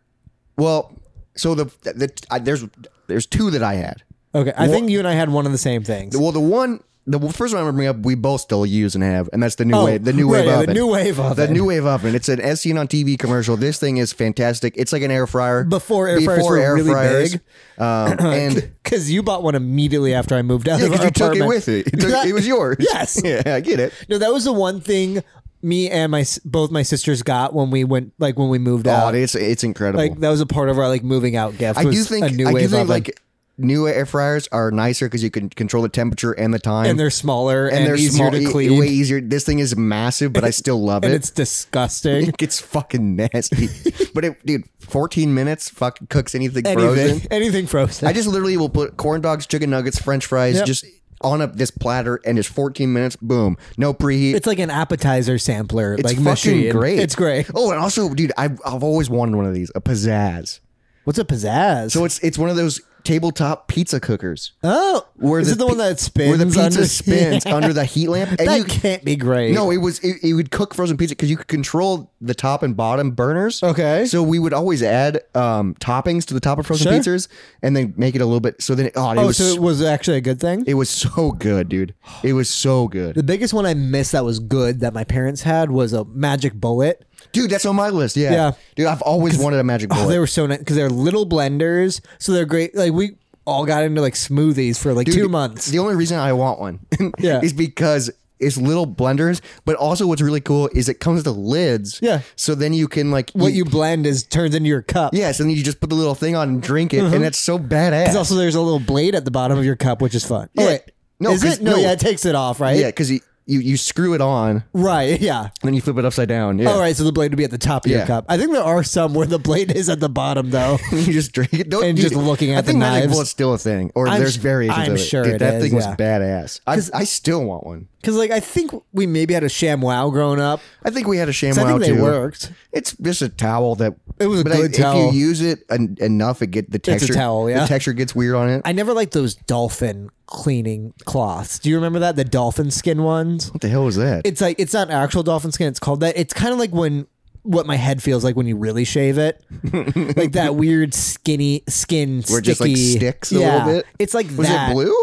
Well, so the, the I, there's there's two that I had.
Okay, I think you and I had one of the same things.
Well, the one the first one I'm gonna bring up, we both still use and have, and that's the new
Oh,
wave, the new
right,
wave
yeah, the
oven,
new wave oven.
the new wave oven. It's an as seen on TV commercial. This thing is fantastic. It's like an air fryer
Before air fryers were really big.
um, and
Because you bought one immediately after I moved out
yeah,
of our
'cause you took it
apartment.
with you. It, took, it was yours.
Yes.
yeah, I get it.
No, that was the one thing me and my s- both my sisters got when we went like when we moved
Oh,
out.
it's it's incredible.
Like that was a part of our like moving out gift.
I
was
do think
a new
I do
wave
think
oven.
like new air fryers are nicer because you can control the temperature and the time,
and they're smaller and,
they're
easier
small-
to
e-
clean.
way easier. This thing is massive, but I still love
and
it.
it's disgusting.
It gets fucking nasty. but it, dude, 14 minutes fucking cooks anything,
anything,
frozen.
anything frozen.
I just literally will put corn dogs, chicken nuggets, french fries
Yep.
just on up this platter and it's 14 minutes, boom. No preheat.
it's like an appetizer sampler.
It's
like
fucking
machine.
great.
It's great.
Oh, and also, dude, I've, I've always wanted one of these, a pizzazz.
What's a pizzazz?
So it's it's one of those tabletop pizza cookers
oh,
where
is it the
pi-
one that spins?
where the pizza
under-
spins under the heat lamp. And
that
you,
can't be great.
No, it was it, it would cook frozen pizza because you could control the top and bottom burners.
Okay.
So we would always add um, toppings to the top of frozen
Sure.
pizzas and then make it a little bit. So then, it, oh, it
Oh,
was
so it was actually a good thing.
it was so good, dude. It was so good,
The biggest one I missed that was good that my parents had was a magic bullet.
dude. That's on my list. Yeah,
Yeah.
dude. I've always wanted a magic bullet.
Oh, they were so nice because they're little blenders, so they're great. Like we all got into like smoothies for like
Dude,
two months.
The only reason I want one
Yeah.
is because it's little blenders, but also what's really cool is it comes with lids.
Yeah.
So then you can like
what you blend is turns into your cup.
Yes, and then you just put the little thing on and drink it,
Uh-huh.
and that's so badass.
'Cause also there's a little blade at the bottom of your cup, which is fun. Oh,
Yeah.
wait.
No,
is
'cause-
it? No,
no.
yeah, it takes it off, right?
Yeah, because you, you you screw it on,
Right. Yeah.
then you flip it upside down. Yeah.
All right. So the blade would be at the top of
Yeah.
your cup. I think there are some where the blade is at the bottom, though.
you just drink it. Don't-
And
dude,
just looking
I
at the
think magic
knives.
bullet's still a thing, or
I'm
there's
s-
variations.
I'm
of it.
sure
Dude,
it
that
is,
thing was
yeah.
badass. I, I still want one.
Because like I think we maybe had a ShamWow growing up.
I think we had a ShamWow
'Cause I think they
too.
worked.
It's just a towel that
It was a
but I-
good towel.
If you use it en- enough, it get the
a
texture.
towel, yeah.
the texture gets weird on it.
I never liked those dolphin cleaning cloths. Do you remember that? The dolphin skin ones?
what the hell was that?
It's like it's not actual dolphin skin, it's called that. It's kind of like when what my head feels like when you really shave it. like that weird skinny skin
Where it just like
sticky-
sticks a little bit.
It's like
was
that.
it blue?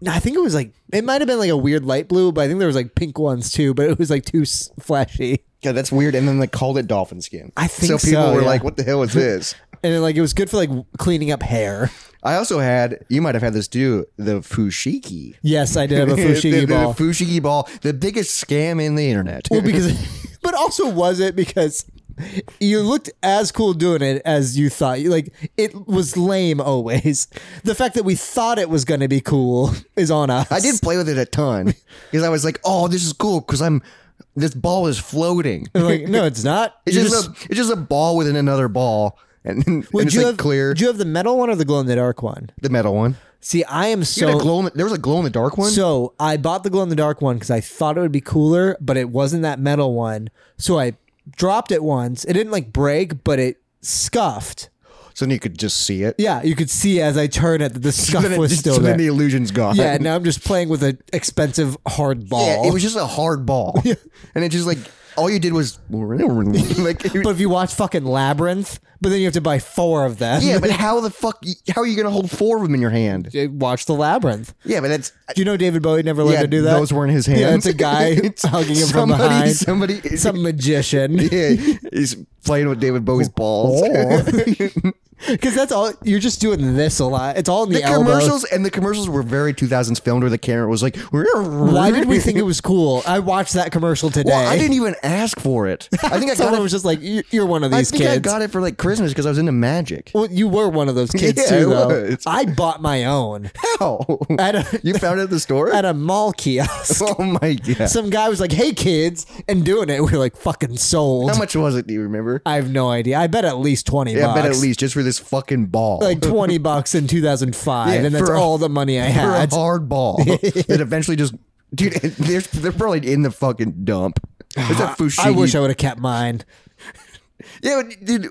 No, I think it was like it might have been like a weird light blue, but I think there was like pink ones too, but it was like too s- flashy.
Yeah, that's weird. And then they called it dolphin skin.
I think
so. People
so,
were
yeah.
like, "What the hell is this?"
And it, like it was good for like cleaning up hair.
I also had. You might have had this too. The fushiki.
Yes, I did have a
the, the-
fushigi
the
ball.
fushigi ball, the biggest scam in the internet.
Well, because, but also was it because you looked as cool doing it as you thought. You like it was lame always. The fact that we thought it was going to be cool is on us.
I did play with it a ton because I was like, "Oh, this is cool," because I'm this ball is floating.
I'm like no, it's not.
It's
You
just, a, it's just a ball within another ball, and, and
would
it's
you
like
have
clear.
Do you have the metal one or the glow in the dark one?
the metal one.
See, I am
You had a
so.
glow in the- there was a glow in the dark one.
So I bought the glow in the dark one because I thought it would be cooler, but it wasn't that metal one. So I dropped it once. It didn't like break, but it scuffed.
so then you could just see it.
Yeah, you could see as I turned it that the
So
scuff
then, it-
was still
so
there.
then the illusion's gone.
Yeah, now I'm just playing with an expensive hard ball.
Yeah, it was just a hard ball, and it just like all you did was like. it-
but if you watch fucking Labyrinth, but then you have to buy four of them.
yeah, but how the fuck? How are you gonna hold four of them in your hand?
watch the Labyrinth.
Yeah, but that's
Do you know David Bowie never learned to do that?
Those weren't his hands.
Yeah, it's a guy
It's
hugging him from
somebody-
behind.
Somebody,
some magician.
yeah, he's playing with David Bowie's balls.
Because that's all you're just doing this a lot. It's all in the,
the
elbow.
commercials and the commercials were very 2000s filmed where the camera was like,
Why
why
did we think it was cool? I watched that commercial today.
Well, I didn't even ask for it. I think I got
Someone
it.
was just like, "You- "You're one of
I
these
think
kids."
I got it for like Christmas because I was into magic.
Well, you were one of those kids
Yeah, I
too, though.
was.
I bought my own
How?
at a
you found it at the store?
at a mall kiosk.
oh my god!
some guy was like, "Hey kids," and doing it, we are like, "Fucking sold."
How much was it? Do you remember?
I have no idea. I bet at least twenty.
yeah, I
bucks.
bet at least just for this fucking ball,
like twenty bucks in two thousand five,
Yeah,
and that's
for a-
all the money I
for a
had.
hard ball that eventually just. Dude, they're, they're probably in the fucking dump. There's a fushigi
I wish I would have kept mine.
Yeah, but dude,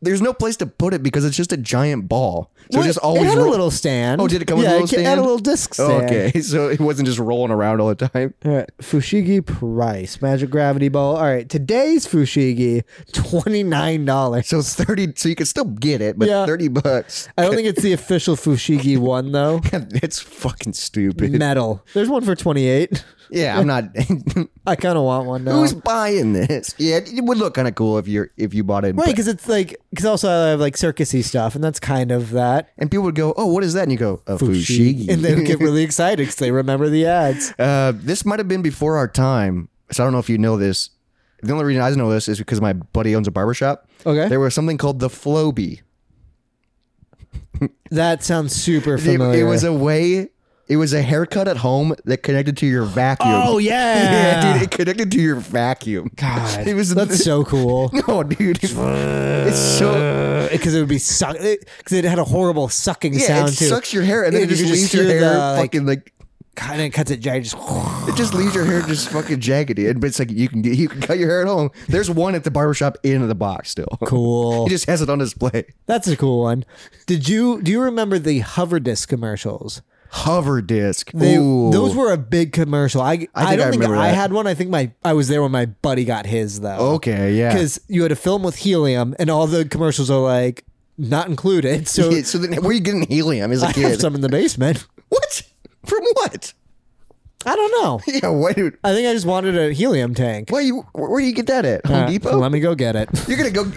there's no place to put it because it's just a giant ball. So it just always
it had
roll-
a little stand.
Oh, did it come with
yeah,
a little
it had
stand?
a little disc stand.
Oh, okay, so it wasn't just rolling around all the time.
All right, Fushigi price, magic gravity ball. All right, today's Fushigi, twenty nine dollars.
So it's thirty. So you can still get it, but
Yeah.
thirty bucks.
I don't think it's the official Fushigi one though.
That's fucking stupid.
Metal. There's one for twenty eight.
Yeah, I'm not.
I kind of want one now.
Who's buying this? Yeah, it would look kind of cool if you're if you bought it.
Right,
but-
because it's like because also I have like circusy stuff, and that's kind of that.
and people would go, "Oh, what is that?" And you go, "A fushigi."
and they would get really excited because they remember the ads.
Uh, this might have been before our time, so I don't know if you know this. The only reason I know this is because my buddy owns a barbershop.
Okay.
There was something called the Floby.
That sounds super
It,
familiar.
it was a way. It was a haircut at home that connected to your vacuum.
oh yeah,
Yeah, dude, it connected to your vacuum.
God,
it was
that's so cool.
No, dude, it's so
because it would be suck because it, had a horrible sucking
yeah. It
sound too.
sucks your hair, and then
Yeah,
it
you
just
could
leaves
just
your
hear
hair
the, like-
fucking like
kind of cuts it dry. Just
It just leaves your hair just fucking jagged. And but it's like you can get, you can cut your hair at home. There's one at the barbershop in the box still.
cool.
He just has it on display.
That's a cool one. Did you do you remember the hover disc commercials?
Hover disc.
They,
Ooh.
those were a big commercial. I I,
think
don't
I
think
remember
I
that.
had one. I think my I was there when my buddy got his though.
okay. Yeah.
because you had a film with helium, and all the commercials are like not included. So
Yeah, so then where are you getting helium as a
I
kid?
have some in the basement.
what? From what?
I don't know.
Yeah. Why? Dude,
I think I just wanted a helium tank.
why you? Where, where do you get that at? Home
Uh,
Depot.
Let me go get it.
You're gonna go.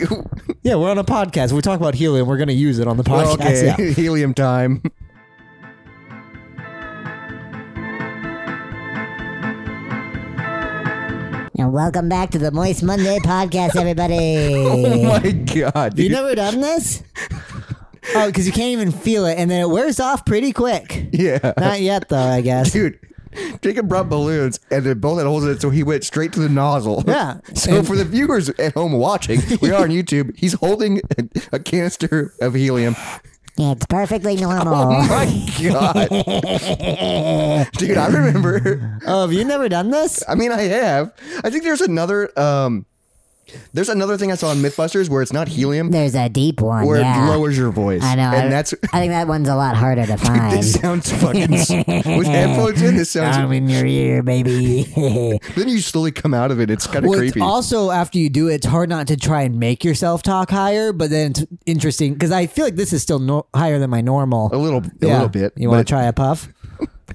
Yeah, we're on a podcast. We talk about helium. We're going to use it on the
Well,
podcast.
okay.
Yeah.
helium time.
Now, welcome back to the Moist Monday podcast, everybody.
Oh my god.
you
dude.
never done this? Oh, because you can't even feel it, and then it wears off pretty quick.
yeah.
Not yet, though, I guess.
dude. Jacob brought balloons and the bullet holes in it, so he went straight to the nozzle.
Yeah.
So for the viewers at home watching, we are on YouTube. He's holding a, a canister of helium.
Yeah, it's perfectly
Oh
normal.
my god, dude! I remember.
Oh, have you never done this?
I mean, I have. I think there's another. um There's another thing I saw on MythBusters where it's not helium,
There's a deep one.
where
yeah.
it lowers your voice.
I know.
and
I,
that's.
I think that one's a lot harder to find.
This sounds fucking. s- With headphones in, this sounds.
I'm in your ear, baby.
then you slowly come out of it. It's kind of
Well, it's
creepy.
also, after you do it, it's hard not to try and make yourself talk higher, but then it's interesting because I feel like this is still no- higher than my normal.
a little, a
Yeah.
little bit.
You want
but-
to try a puff?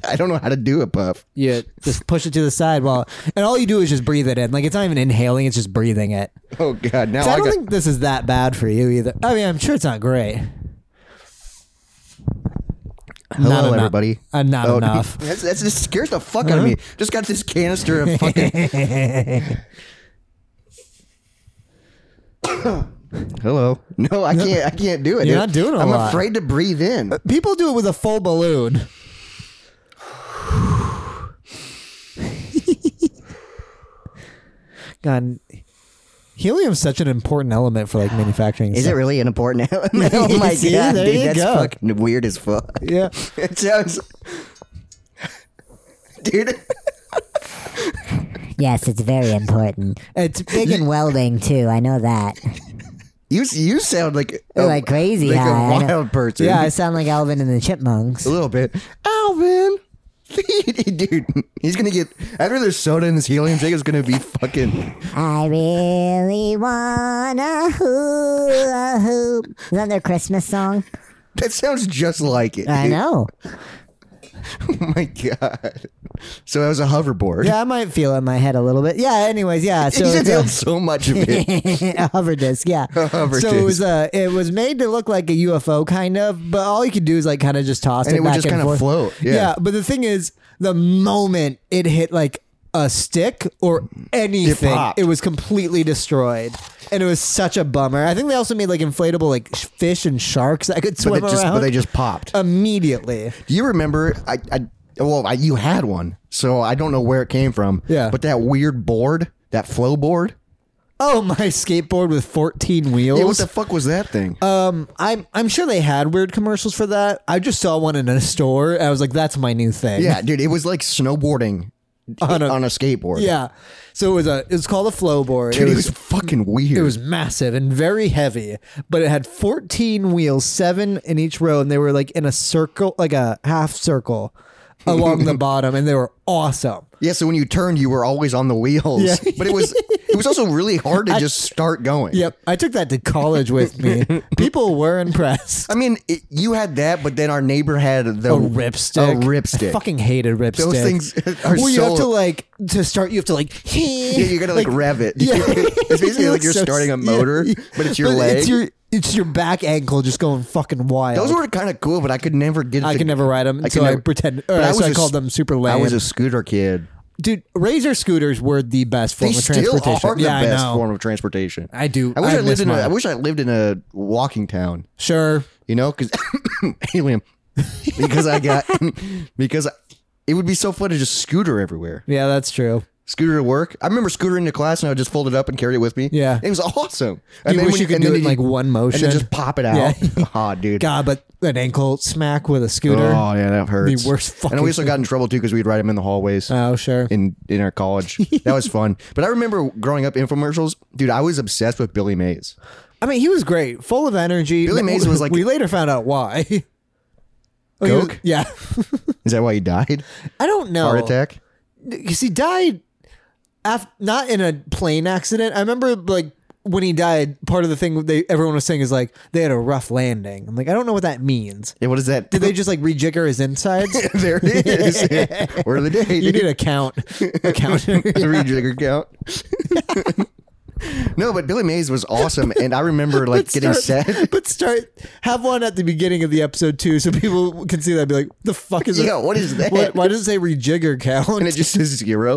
I don't know how to do a puff.
Yeah. Just push it to the side while, and all you do is just breathe it in. Like it's not even inhaling; it's just breathing it.
Oh god, now
'Cause
I,
I don't
got,
think this is that bad for you either. I mean, I'm sure it's not great.
hello
enough.
everybody.
Uh,
I'm not
Oh,
enough.
That's, that's just scares the fuck out of me. Just got this canister of fucking. hello. No, I can't. I can't do it.
You're
dude.
not doing a
I'm
lot. Uh,
afraid to breathe in.
People do it with a full balloon. God, helium's such an important element for like manufacturing.
Is
stuff.
it really an important element? Oh my
See,
god,
there
dude,
you
that's
go.
fucking weird as fuck.
Yeah.
It sounds, dude.
yes, it's very important.
It's
Big in welding too. I know that.
You you sound like a,
Like crazy
Oh, like
high. I
a
know.
wild person.
Yeah, I sound like Alvin and the Chipmunks.
a little bit. Alvin, dude, he's gonna get after there's soda in this helium shake. It's gonna be fucking.
I really wanna hula hoop. Is that their Christmas song?
That sounds just like it.
I
dude.
know.
Oh my god. So that was a hoverboard.
Yeah, I might feel it in my head a little bit. Yeah. Anyways, yeah.
He
So
just
it's
held so much of it.
a, a hover disc. Yeah.
Hover
So it
disc.
was uh, it was made to look like a UFO kind of, but all you could do is like kind of just toss
And
it,
it would
back
just
and
kinda
forth.
float, yeah.
but the thing is, the moment it hit like a stick or anything,
popped.
it, was completely destroyed, and it was such a bummer. I think they also made like inflatable like sh- fish and sharks that could
but,
swim
they just,
around
but they just popped.
immediately.
Do you remember? I, I well, I, you had one, so I don't know where it came from.
Yeah.
But that weird board, that flow board.
Oh my skateboard with fourteen wheels.
Yeah, what the fuck was that thing?
Um, I'm I'm sure they had weird commercials for that. I just saw one in a store. I was like, that's my new thing.
yeah, dude, it was like snowboarding
on a,
on a skateboard.
yeah. So it was a it was called a flow board.
Dude, it was, fucking weird.
It was massive and very heavy, but it had 14 wheels, seven in each row, and they were like in a circle, like a half circle along the bottom, and they were awesome.
yeah. So when you turned, you were always on the wheels.
Yeah.
But it was it was also really hard to just start going.
Yep. I took that to college with me. People were impressed.
I mean, it, you had that, but then our neighbor had the
A ripstick.
A ripstick.
I fucking hated ripsticks.
things are
well, you
so-
have to like to start. You have to like.
Yeah, you gotta like, rev it.
Yeah.
it's basically
It
like you're
looks so-
starting a
yeah,
motor,
yeah.
but it's your
But
leg.
It's your it's your back ankle just going fucking wild.
Those were kind of cool, but I could never get. it
I
to-
could never ride them,
could
so I
never-
pretend-
but
or so I
a
called
s-
them super
I was
lame.
a scooter kid.
dude. Razor scooters were the best form
They
of
still
transportation.
are the
yeah,
best
I know.
form of transportation.
I do.
I wish I,
I miss
lived in. A,
mine.
I wish I lived in a walking town.
Sure.
You know, because alien. Because I got because it would be so fun to just scooter everywhere.
Yeah, that's true.
Scooter to work. I remember scootering to class and I would just fold it up and carry it with me.
Yeah.
it was awesome.
you wish
when-
you could
and
do
then
it in like one
and
motion.
then just pop it out.
Yeah.
Ah, dude.
God, but an ankle smack with a scooter.
Oh yeah, that hurts.
worst
And
fucking
we also got in trouble too because we'd ride them in the hallways
Oh, sure.
in in our college. that was fun. But I remember growing up infomercials, dude. I was obsessed with Billy Mays.
I mean, he was great, full of energy.
Billy Mays was like-
We later found out why. Oh, he was-
Coke?
yeah.
Is that why he died?
I don't know.
Heart attack.
because he died af- not in a plane accident. I remember like when he died, part of the thing they everyone was saying is like they had a rough landing. I'm like, I don't know what that means.
Yeah, what is that?
Did they just like rejigger his insides?
there it is. Word of the day.
you
dude.
need a count, a counter.
A rejigger count. no, but Billy Mays was awesome, and I remember like getting
Start-
sad.
but start have one at the beginning of the episode too, so people can see that. And be like, the fuck is
Yeah,
it?
what is that?
What, why does it say rejigger count?
And it just says zero.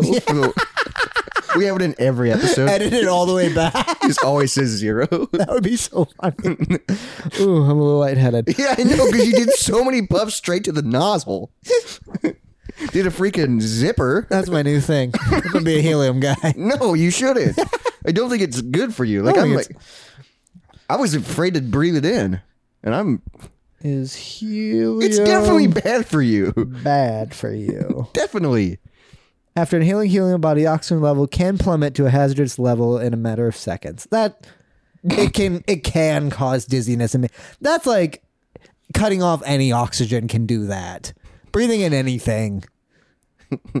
we have it in every episode.
Edit it all the way back.
It just always says zero.
That would be so funny. Ooh, I'm a little lightheaded.
Yeah, I know because you did so many puffs straight to the nozzle. did a freaking zipper.
That's my new thing. I'm gonna be a helium guy.
No, you shouldn't. I don't think it's good for you. Like
I don't
I'm
think
like, I was afraid to breathe it in, and I'm.
Is helium?
It's definitely bad for you.
bad for you.
Definitely.
After inhaling helium, body oxygen level can plummet to a hazardous level in a matter of seconds. That it can it can cause dizziness and that's like cutting off any oxygen can do that. Breathing in anything.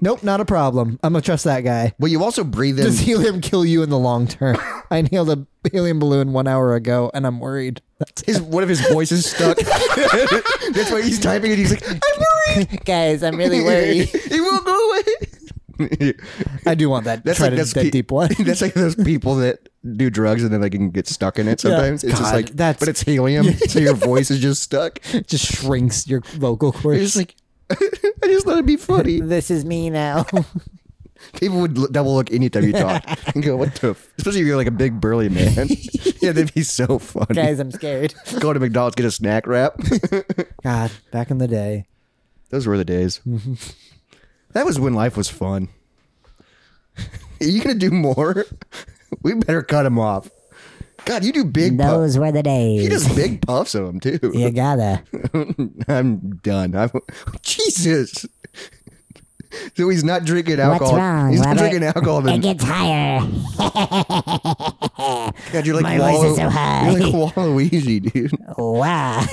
nope, not a problem. I'm gonna trust that guy.
But you also breathe in.
Does helium kill you in the long term? I inhaled a helium balloon one hour ago, and I'm worried. That's
his one of his voices stuck. That's why he's typing it. He's like, I'm
guys, I'm really
worried. It won't go away.
I do want that.
That's
Try
like
to
that's
that
pe-
deep one.
That's like those people that do drugs and then they can get stuck in it sometimes. It's
God,
just like
that's-
but it's helium, so your voice is just stuck. You're
just shrinks your vocal cords.
just like I just thought it'd be funny.
This is me now.
People would l- double look anytime you talk and go, "What the?" F-? Especially if you're like a big burly man. yeah, that'd be so funny.
Guys, I'm scared.
Go to McDonald's get a snack wrap.
God, back in the day.
Those were the days. that was when life was fun. Are you gonna do more? we better cut him off. God, you do big. pu-
Those were the
He
days.
does big puffs of them too.
You gotta.
I'm done. I'm, Jesus. So he's not drinking
What's
alcohol.
wrong,
he's
Robert?
not drinking alcohol.
It
Then
gets higher.
God, you're like
my voice
Wallo-
is so high.
You're like Waluigi, dude.
Wow.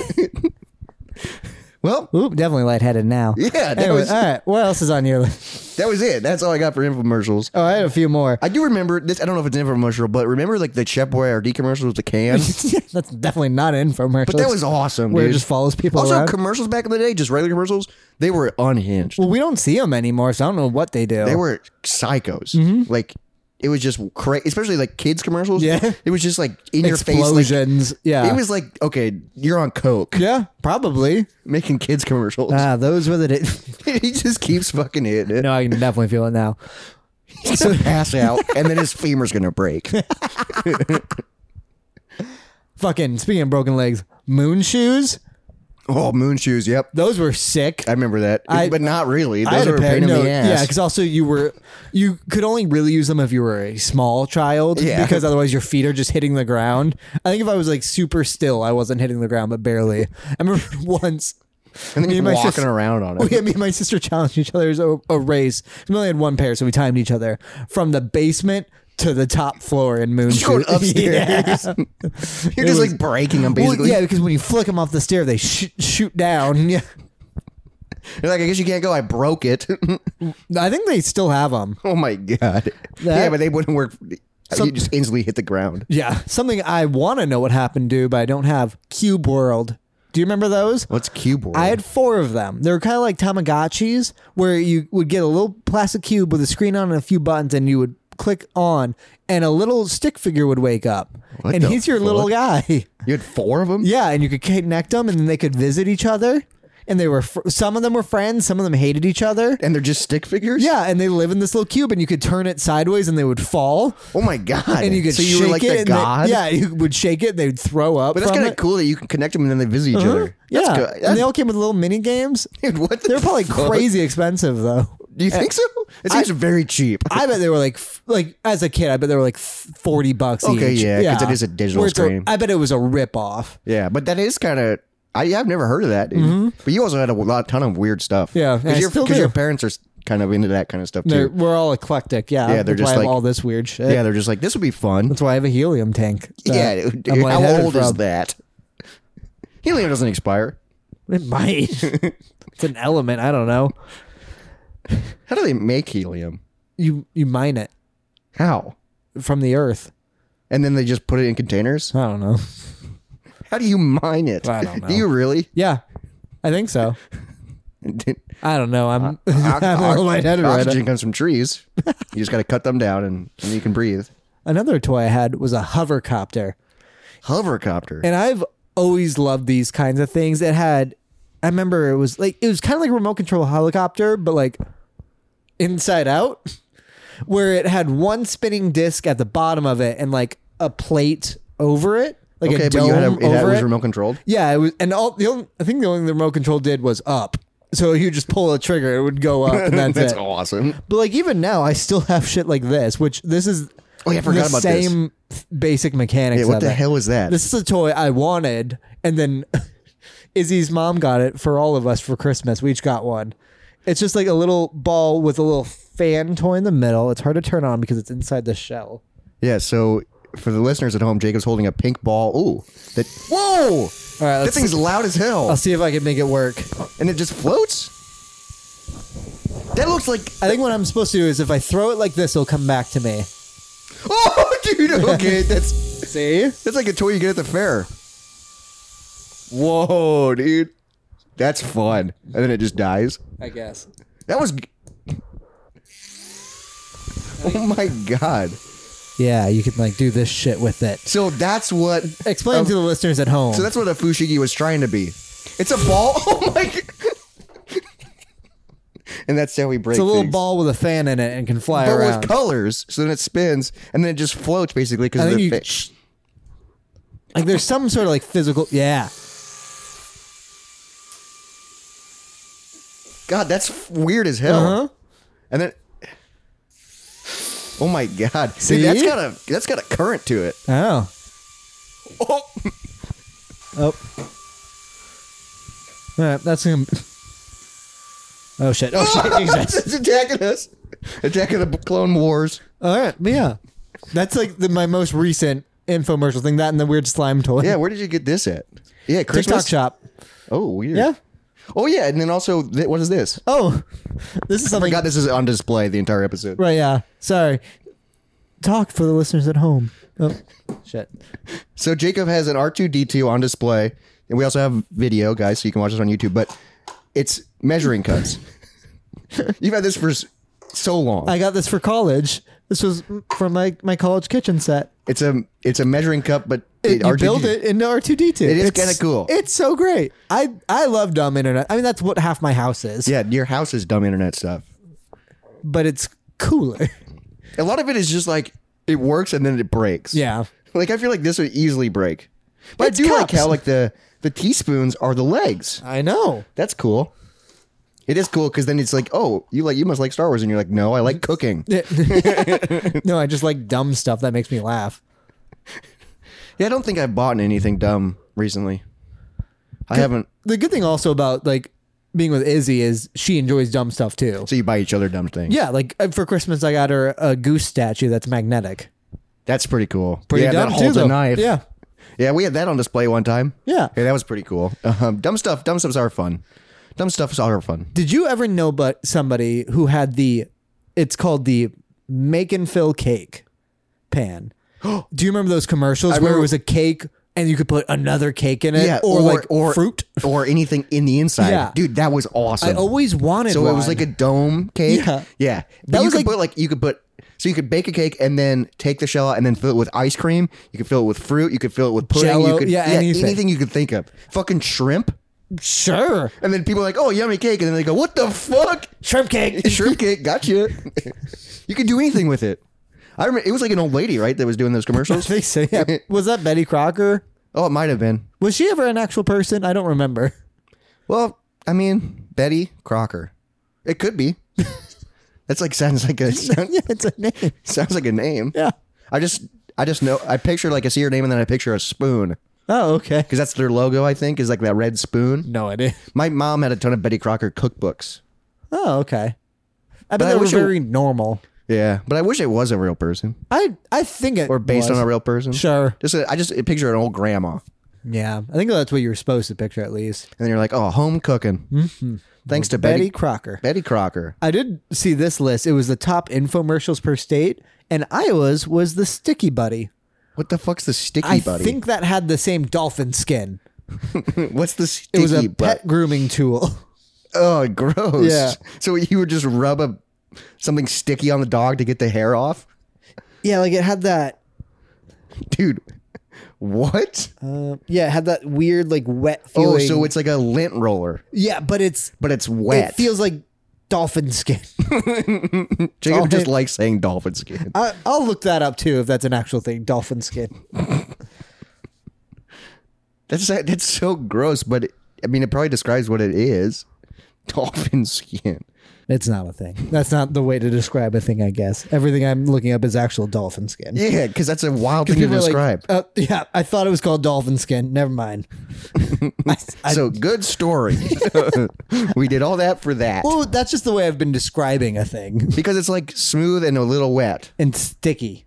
Well,
Oop, definitely lightheaded now.
yeah, that
Anyway,
was
all right. What else is on your list?
that was it. That's all I got for infomercials.
Oh, I had a few more.
I do remember this. I don't know if it's an infomercial, but remember like the Chef Boyardee commercial with the can.
That's definitely not an infomercial.
But that was awesome,
where it
dude.
just follows people
also,
around.
commercials back in the day, just regular commercials, they were unhinged.
well, we don't see them anymore, so I don't know what they do.
They were psychos. Like it was just crazy, especially like kids commercials.
Mm-hmm. Yeah.
it was just like in your face, like
explosions. yeah.
It was like, okay, you're on coke,
yeah, probably.
making kids commercials.
Ah, those were the days.
he just keeps fucking hitting it.
no, I can definitely feel it now.
He's gonna pass out, and then his femur's gonna break.
Fucking speaking of broken legs, moon shoes.
oh, moon shoes. Yep,
Those were sick.
I remember that,
I-
but not really.
I
Uh, Those
had
were
a
a
pair.
pain in
No,
the
yeah,
ass.
because also you were you could only really use them if you were a small child,
Yeah.
because otherwise your feet are just hitting the ground. I think if I was like super still, I wasn't hitting the ground, but barely. I remember once
And then
Me
you're
and my
walking
sister-
around on
Oh,
it.
yeah, me and my sister challenged each other's a, a race. We only had one pair, so we timed each other from the basement to the top floor in Moon.
You're going
Shoot. Yeah.
upstairs. You're
It
just
was-
like breaking them
Well,
basically.
yeah, because when you flick them off the stair, they sh- shoot down. Yeah,
You're like, I guess you can't go. I broke it.
I think they still have them.
oh my god. yeah, but they wouldn't work.
Some-
you just instantly hit the ground.
Yeah, something I want to know what happened to, but I don't have. Cube World. Do you remember those?
What's cube world?
I had four of them. They were kind of like Tamagotchis, where you would get a little plastic cube with a screen on and a few buttons, and you would click on, and a little stick figure would wake up.
What
and
the
he's your little guy.
you had four of them.
yeah, and you could connect them, and then they could visit each other. And they were, fr- some of them were friends, some of them hated each other.
and they're just stick figures.
Yeah, and they live in this little cube, and you could turn it sideways, and they would fall.
Oh my god.
And you could
so
shake
you were like
it.
the
and they-
god.
yeah, you would shake it, and they'd throw up.
But that's
from
kind of
it. Uh-huh.
cool that you can connect them and then they visit each other. That's
yeah,
good.
and they all came with little mini games.
Dude, what the
They're probably
fuck?
crazy expensive though.
Do you think so? It seems very cheap.
I bet they were like, f- like as a kid, I bet they were like f- forty bucks.
Okay,
each.
yeah, 'cause it is a digital
Where it's a-
screen.
I bet it was a rip off.
yeah, but that is kind of. I, I've never heard of that, dude. But you also had a lot, ton of weird stuff.
Mm-hmm. Yeah, and I
because your,
still
'cause
do.
your parents are s- kind of into that kind of stuff
They're,
too.
we're all eclectic. Yeah,
Yeah, they're
that's why
just
I have
like-
all this weird shit.
yeah, they're just like this would be fun.
that's why I have a helium tank. that
yeah, dude,
I'm
how
lightheaded
old is
from.
that? Helium doesn't expire.
It might. it's an element. I don't know.
How do they make helium?
You you mine it
How?
from the earth.
And then they just put it in containers.
I don't know.
How do you mine it?
I don't know.
Do you really?
Yeah, I think so. I don't know. I'm,
Ox-
I'm a little lightheaded right now.
Uh, oxygen comes from trees. You just got to cut them down, and, and you can breathe.
Another toy I had was a hovercopter.
Hovercopter.
and I've always loved these kinds of things. It had, I remember it was like it was kind of like a remote control helicopter, but like inside out, where it had one spinning disc at the bottom of it and like a plate over it, like
okay,
a
but
dome
you had a, it had- it
over
was
it.
remote controlled.
Yeah, it was, and all the only, I think the only thing the remote control did was up. So you just pull a trigger, it would go up, and that's,
That's
it.
awesome.
But like even now, I still have shit like this, which this is
Oh, yeah, I forgot
the
about this.
same f- basic mechanics.
Yeah, what
of
the
it.
hell is that?
This is a toy I wanted, and then Izzy's mom got it for all of us for Christmas. We each got one. It's just like a little ball with a little fan toy in the middle. It's hard to turn on because it's inside the shell.
yeah, so for the listeners at home, Jacob's holding a pink ball. Ooh, that whoa!
All right,
that
let's
thing's loud as hell,
I'll see if I can make it work.
and it just floats. That looks like
I think what I'm supposed to do is if I throw it like this, it'll come back to me.
oh, dude. Okay, that's
See?
that's like a toy you get at the fair. Whoa, dude, that's fun. And then it just dies.
I guess.
That was. Oh my god!
Yeah, you can like do this shit with it.
So that's what.
Explain to the listeners at home.
Um, So that's what a fushigi was trying to be. It's a ball. Oh my! g- and that's how we break.
it's a little
things.
ball with a fan in it and can fly
but
around.
with colors. So then it spins, and then it just floats basically
I
because of
think
the
you-
fa-
like there's some sort of like physical. Yeah.
God, that's f- weird as hell.
Uh huh.
And then. Oh my god! See,
See?
that's got a that's got a current to it.
Oh.
Oh,
Oh. All right, that's him. Oh shit! Oh shit! Jesus!
it's attacking us! Attacking the Clone Wars.
All right, but yeah, that's like the, my most recent infomercial thing. That and the weird slime toy.
Yeah, where did you get this at? Yeah, Christmas.
TikTok shop.
Oh, weird.
Yeah.
Oh, yeah. And then also, th- what is this? I
Oh, this is something.
forgot this is on display the entire episode.
Right? Yeah. Sorry. Talk for the listeners at home. Oh, shit.
So Jacob has an R2D2 on display, and we also have video, guys, so you can watch this on YouTube. But it's measuring cups. You've had this for s- so long.
I got this for college. This was from my my college kitchen set.
it's a it's a measuring cup, but
It, you
R2D2
build it into R two D two.
It is kinda cool.
It's so great. I I love dumb internet. I mean, that's what half my house is.
Yeah, your house is dumb internet stuff.
but it's cooler.
A lot of it is just like it works and then it breaks.
Yeah.
Like I feel like this would easily break. But
It's
I do like
cups.
how like the the teaspoons are the legs.
I know.
That's cool. It is cool because then it's like, oh, you like you must like Star Wars, and you're like, no, I like cooking.
No, I just like dumb stuff that makes me laugh.
Yeah, I don't think I've bought anything dumb recently. I haven't.
The good thing also about like being with Izzy is she enjoys dumb stuff too.
So you buy each other dumb things.
Yeah, like uh, for Christmas I got her a goose statue that's magnetic.
That's pretty cool.
Pretty
yeah,
dumb
that
too,
holds
though.
a knife.
Yeah,
Yeah, we had that on display one time.
yeah.
Yeah, that was pretty cool. Um, dumb stuff. Dumb stuffs are fun. Dumb stuffs are fun.
Did you ever know but somebody who had the it's called the make and fill cake pan? Do you remember those commercials
I
where
remember-
it was a cake and you could put another cake in it
Yeah,
or,
or-
like
or-
fruit?
Or anything in the inside.
Yeah.
Dude, that was awesome.
I always wanted
so
one.
it was like a dome cake.
Yeah.
yeah. But
That
you
was
could
like-
put like you could put so you could bake a cake and then take the shell out and then fill it with ice cream. You could fill it with fruit. You could fill it with pudding.
Jell-O,
you could
yeah, anything.
you could think of. Fucking shrimp.
sure.
And then people are like, oh, yummy cake. And then they go, what the fuck?
Shrimp cake.
Shrimp cake, gotcha. you could do anything with it. I remember it was like an old lady, right, that was doing those commercials.
They say, yeah. Was that Betty Crocker?
oh, it might have been.
Was she ever an actual person? I don't remember.
Well, I mean, Betty Crocker. It could be. That's like sounds like a sound-
yeah, it's a name.
sounds like a name.
Yeah.
I just I just know I picture like I see her name and then I picture a spoon
Oh, okay.
because that's their logo. I think is like that red spoon.
No idea.
My mom had a ton of Betty Crocker cookbooks.
Oh, okay. I
I
bet that was
wish it-
very normal.
Yeah, but I wish it was a real person
I I think it
or based
was.
on a real person.
Sure.
Just a, I just picture an old grandma.
Yeah, I think that's what you were supposed to picture at least.
And then you're like, oh, home cooking. Thanks to
Mm-hmm. Betty
Betty,
Crocker.
Betty Crocker.
I did see this list. It was the top infomercials per state, and Iowa's was the Sticky Buddy.
What the fuck's the sticky
I
buddy?
think that had the same dolphin skin.
What's the
It
sticky
was
buddy?
a pet grooming tool.
Oh, gross.
Yeah.
So you would just rub a something sticky on the dog to get the hair off?
Yeah, like it had that.
Dude, what?
Uh, yeah, it had that weird like wet feeling.
Oh, so it's like a lint roller,
yeah, but it's
but it's wet.
it feels like dolphin skin.
Jacob just
dolphin-
likes saying dolphin skin.
I, I'll look that up too if that's an actual thing. Dolphin skin.
That's that's so gross, but it, I mean it probably describes what it is. Dolphin skin.
It's not a thing. That's not the way to describe a thing, I guess. Everything I'm looking up is actual dolphin skin.
Yeah, because that's a wild thing to
People are like,
describe.
uh, yeah, I thought it was called dolphin skin. Never mind. I, I-
so good story. we did all that for that
well, that's just the way I've been describing a thing.
because it's like smooth and a little wet,
And sticky.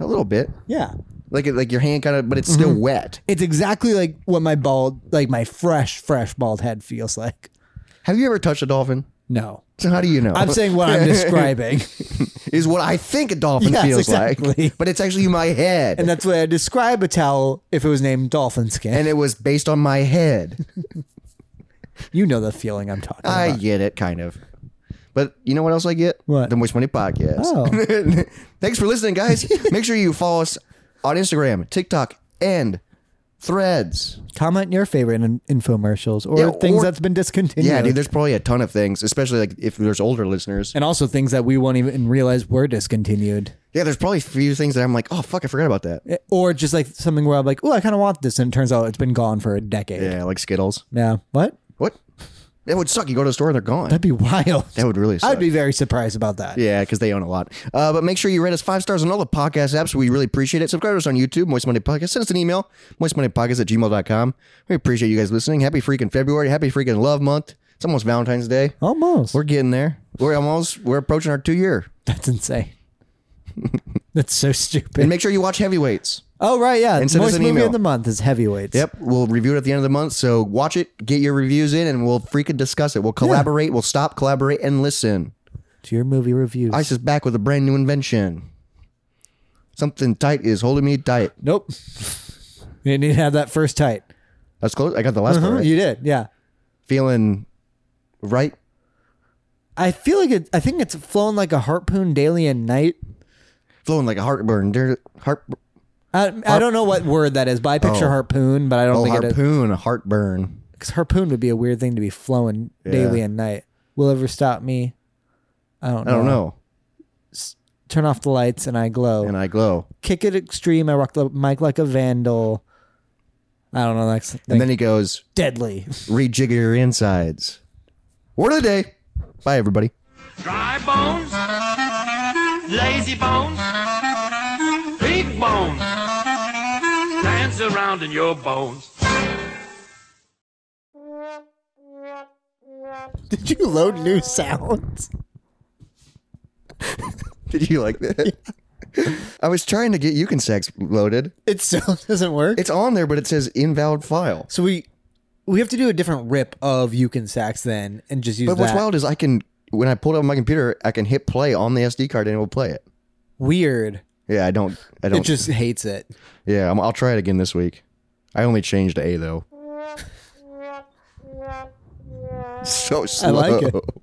a little bit,
Yeah.
like it- like your hand kind of, but it's still
Mm-hmm.
wet.
It's exactly like what my bald, like my fresh, fresh bald head feels like.
Have you ever touched a dolphin?
No.
So how do you know?
I'm saying what I'm describing.
is what I think a dolphin
Yes,
feels
exactly.
like, but it's actually my head,
And
and,
that's the way I describe a towel if it was named dolphin skin.
it was based on my head.
you know the feeling I'm talking
I
about.
get it, kind of. But you know what else I get?
What?
the Moist Money Podcast.
Oh.
Thanks for listening, guys. Make sure you follow us on Instagram, TikTok, and Threads.
Comment your favorite in- infomercials or
Yeah,
things
or-
that's been discontinued.
Yeah, dude, there's probably a ton of things, especially like if there's older listeners.
and also things that we won't even realize were discontinued.
Yeah, there's probably a few things that I'm like, oh fuck, I forgot about that.
Or just like something where I'm like, oh, I kind of want this. And it turns out it's been gone for a decade.
Yeah, like Skittles.
Yeah. What?
What? That would suck. You go to the store and they're gone.
That'd be wild.
that would really suck.
I'd be very surprised about that.
yeah, because they own a lot. Uh, but make sure you rate us five stars on all the podcast apps. We really appreciate it. Subscribe to us on YouTube, Moist Monday Podcast. Send us an email, moistmoneypodcast at gmail.com. We appreciate you guys listening. Happy freaking February. Happy freaking Love Month. It's almost Valentine's Day.
Almost.
We're getting there. We're almost, we're approaching our two year.
that's insane. that's so
And
stupid.
make sure you watch Heavyweights.
oh, right. Yeah.
send us
Moist
an
movie
email.
of the month is Heavyweights.
Yep, we'll review it at the end of the month. So watch it, get your reviews in, and we'll freaking discuss it. We'll collaborate. We'll stop, collaborate, and listen.
To your movie reviews.
Ice is back with a brand new invention. Something tight is holding me tight.
nope. you need to have that first tight.
That's close. I got the last
Uh-huh,
one right.
You did. Yeah.
Feeling right.
I feel like it, I think it's flown like a harpoon daily and night.
Flowing like a heartburn. There- Heart,
I, I don't know what word that is, but I picture
Oh.
harpoon, but I don't
oh,
think it is.
harpoon, a heartburn.
Because harpoon would be a weird thing to be flowing daily
Yeah.
and night. Will ever stop me? I don't know.
I don't know.
Turn off the lights and I glow.
And I glow.
Kick it extreme. I rock the mic like a vandal. I don't know. That's
And then he goes,
deadly.
rejigger your insides. Word of the day. Bye, everybody.
Dry bones, lazy bones, big bones, dance around in your bones.
Did you load new sounds?
Did you like that? I was trying to get you can sex loaded.
It still doesn't work.
It's on there, but it says invalid file.
So we we have to do a different rip of you can sax then and just use
But what's
that.
wild is I can when I pull it up on my computer, I can hit play on the SD card and it will play it.
Weird.
Yeah, I don't. I don't.
It just hates it.
yeah, I'm, I'll try it again this week. I only changed to A though. So slow.
like it.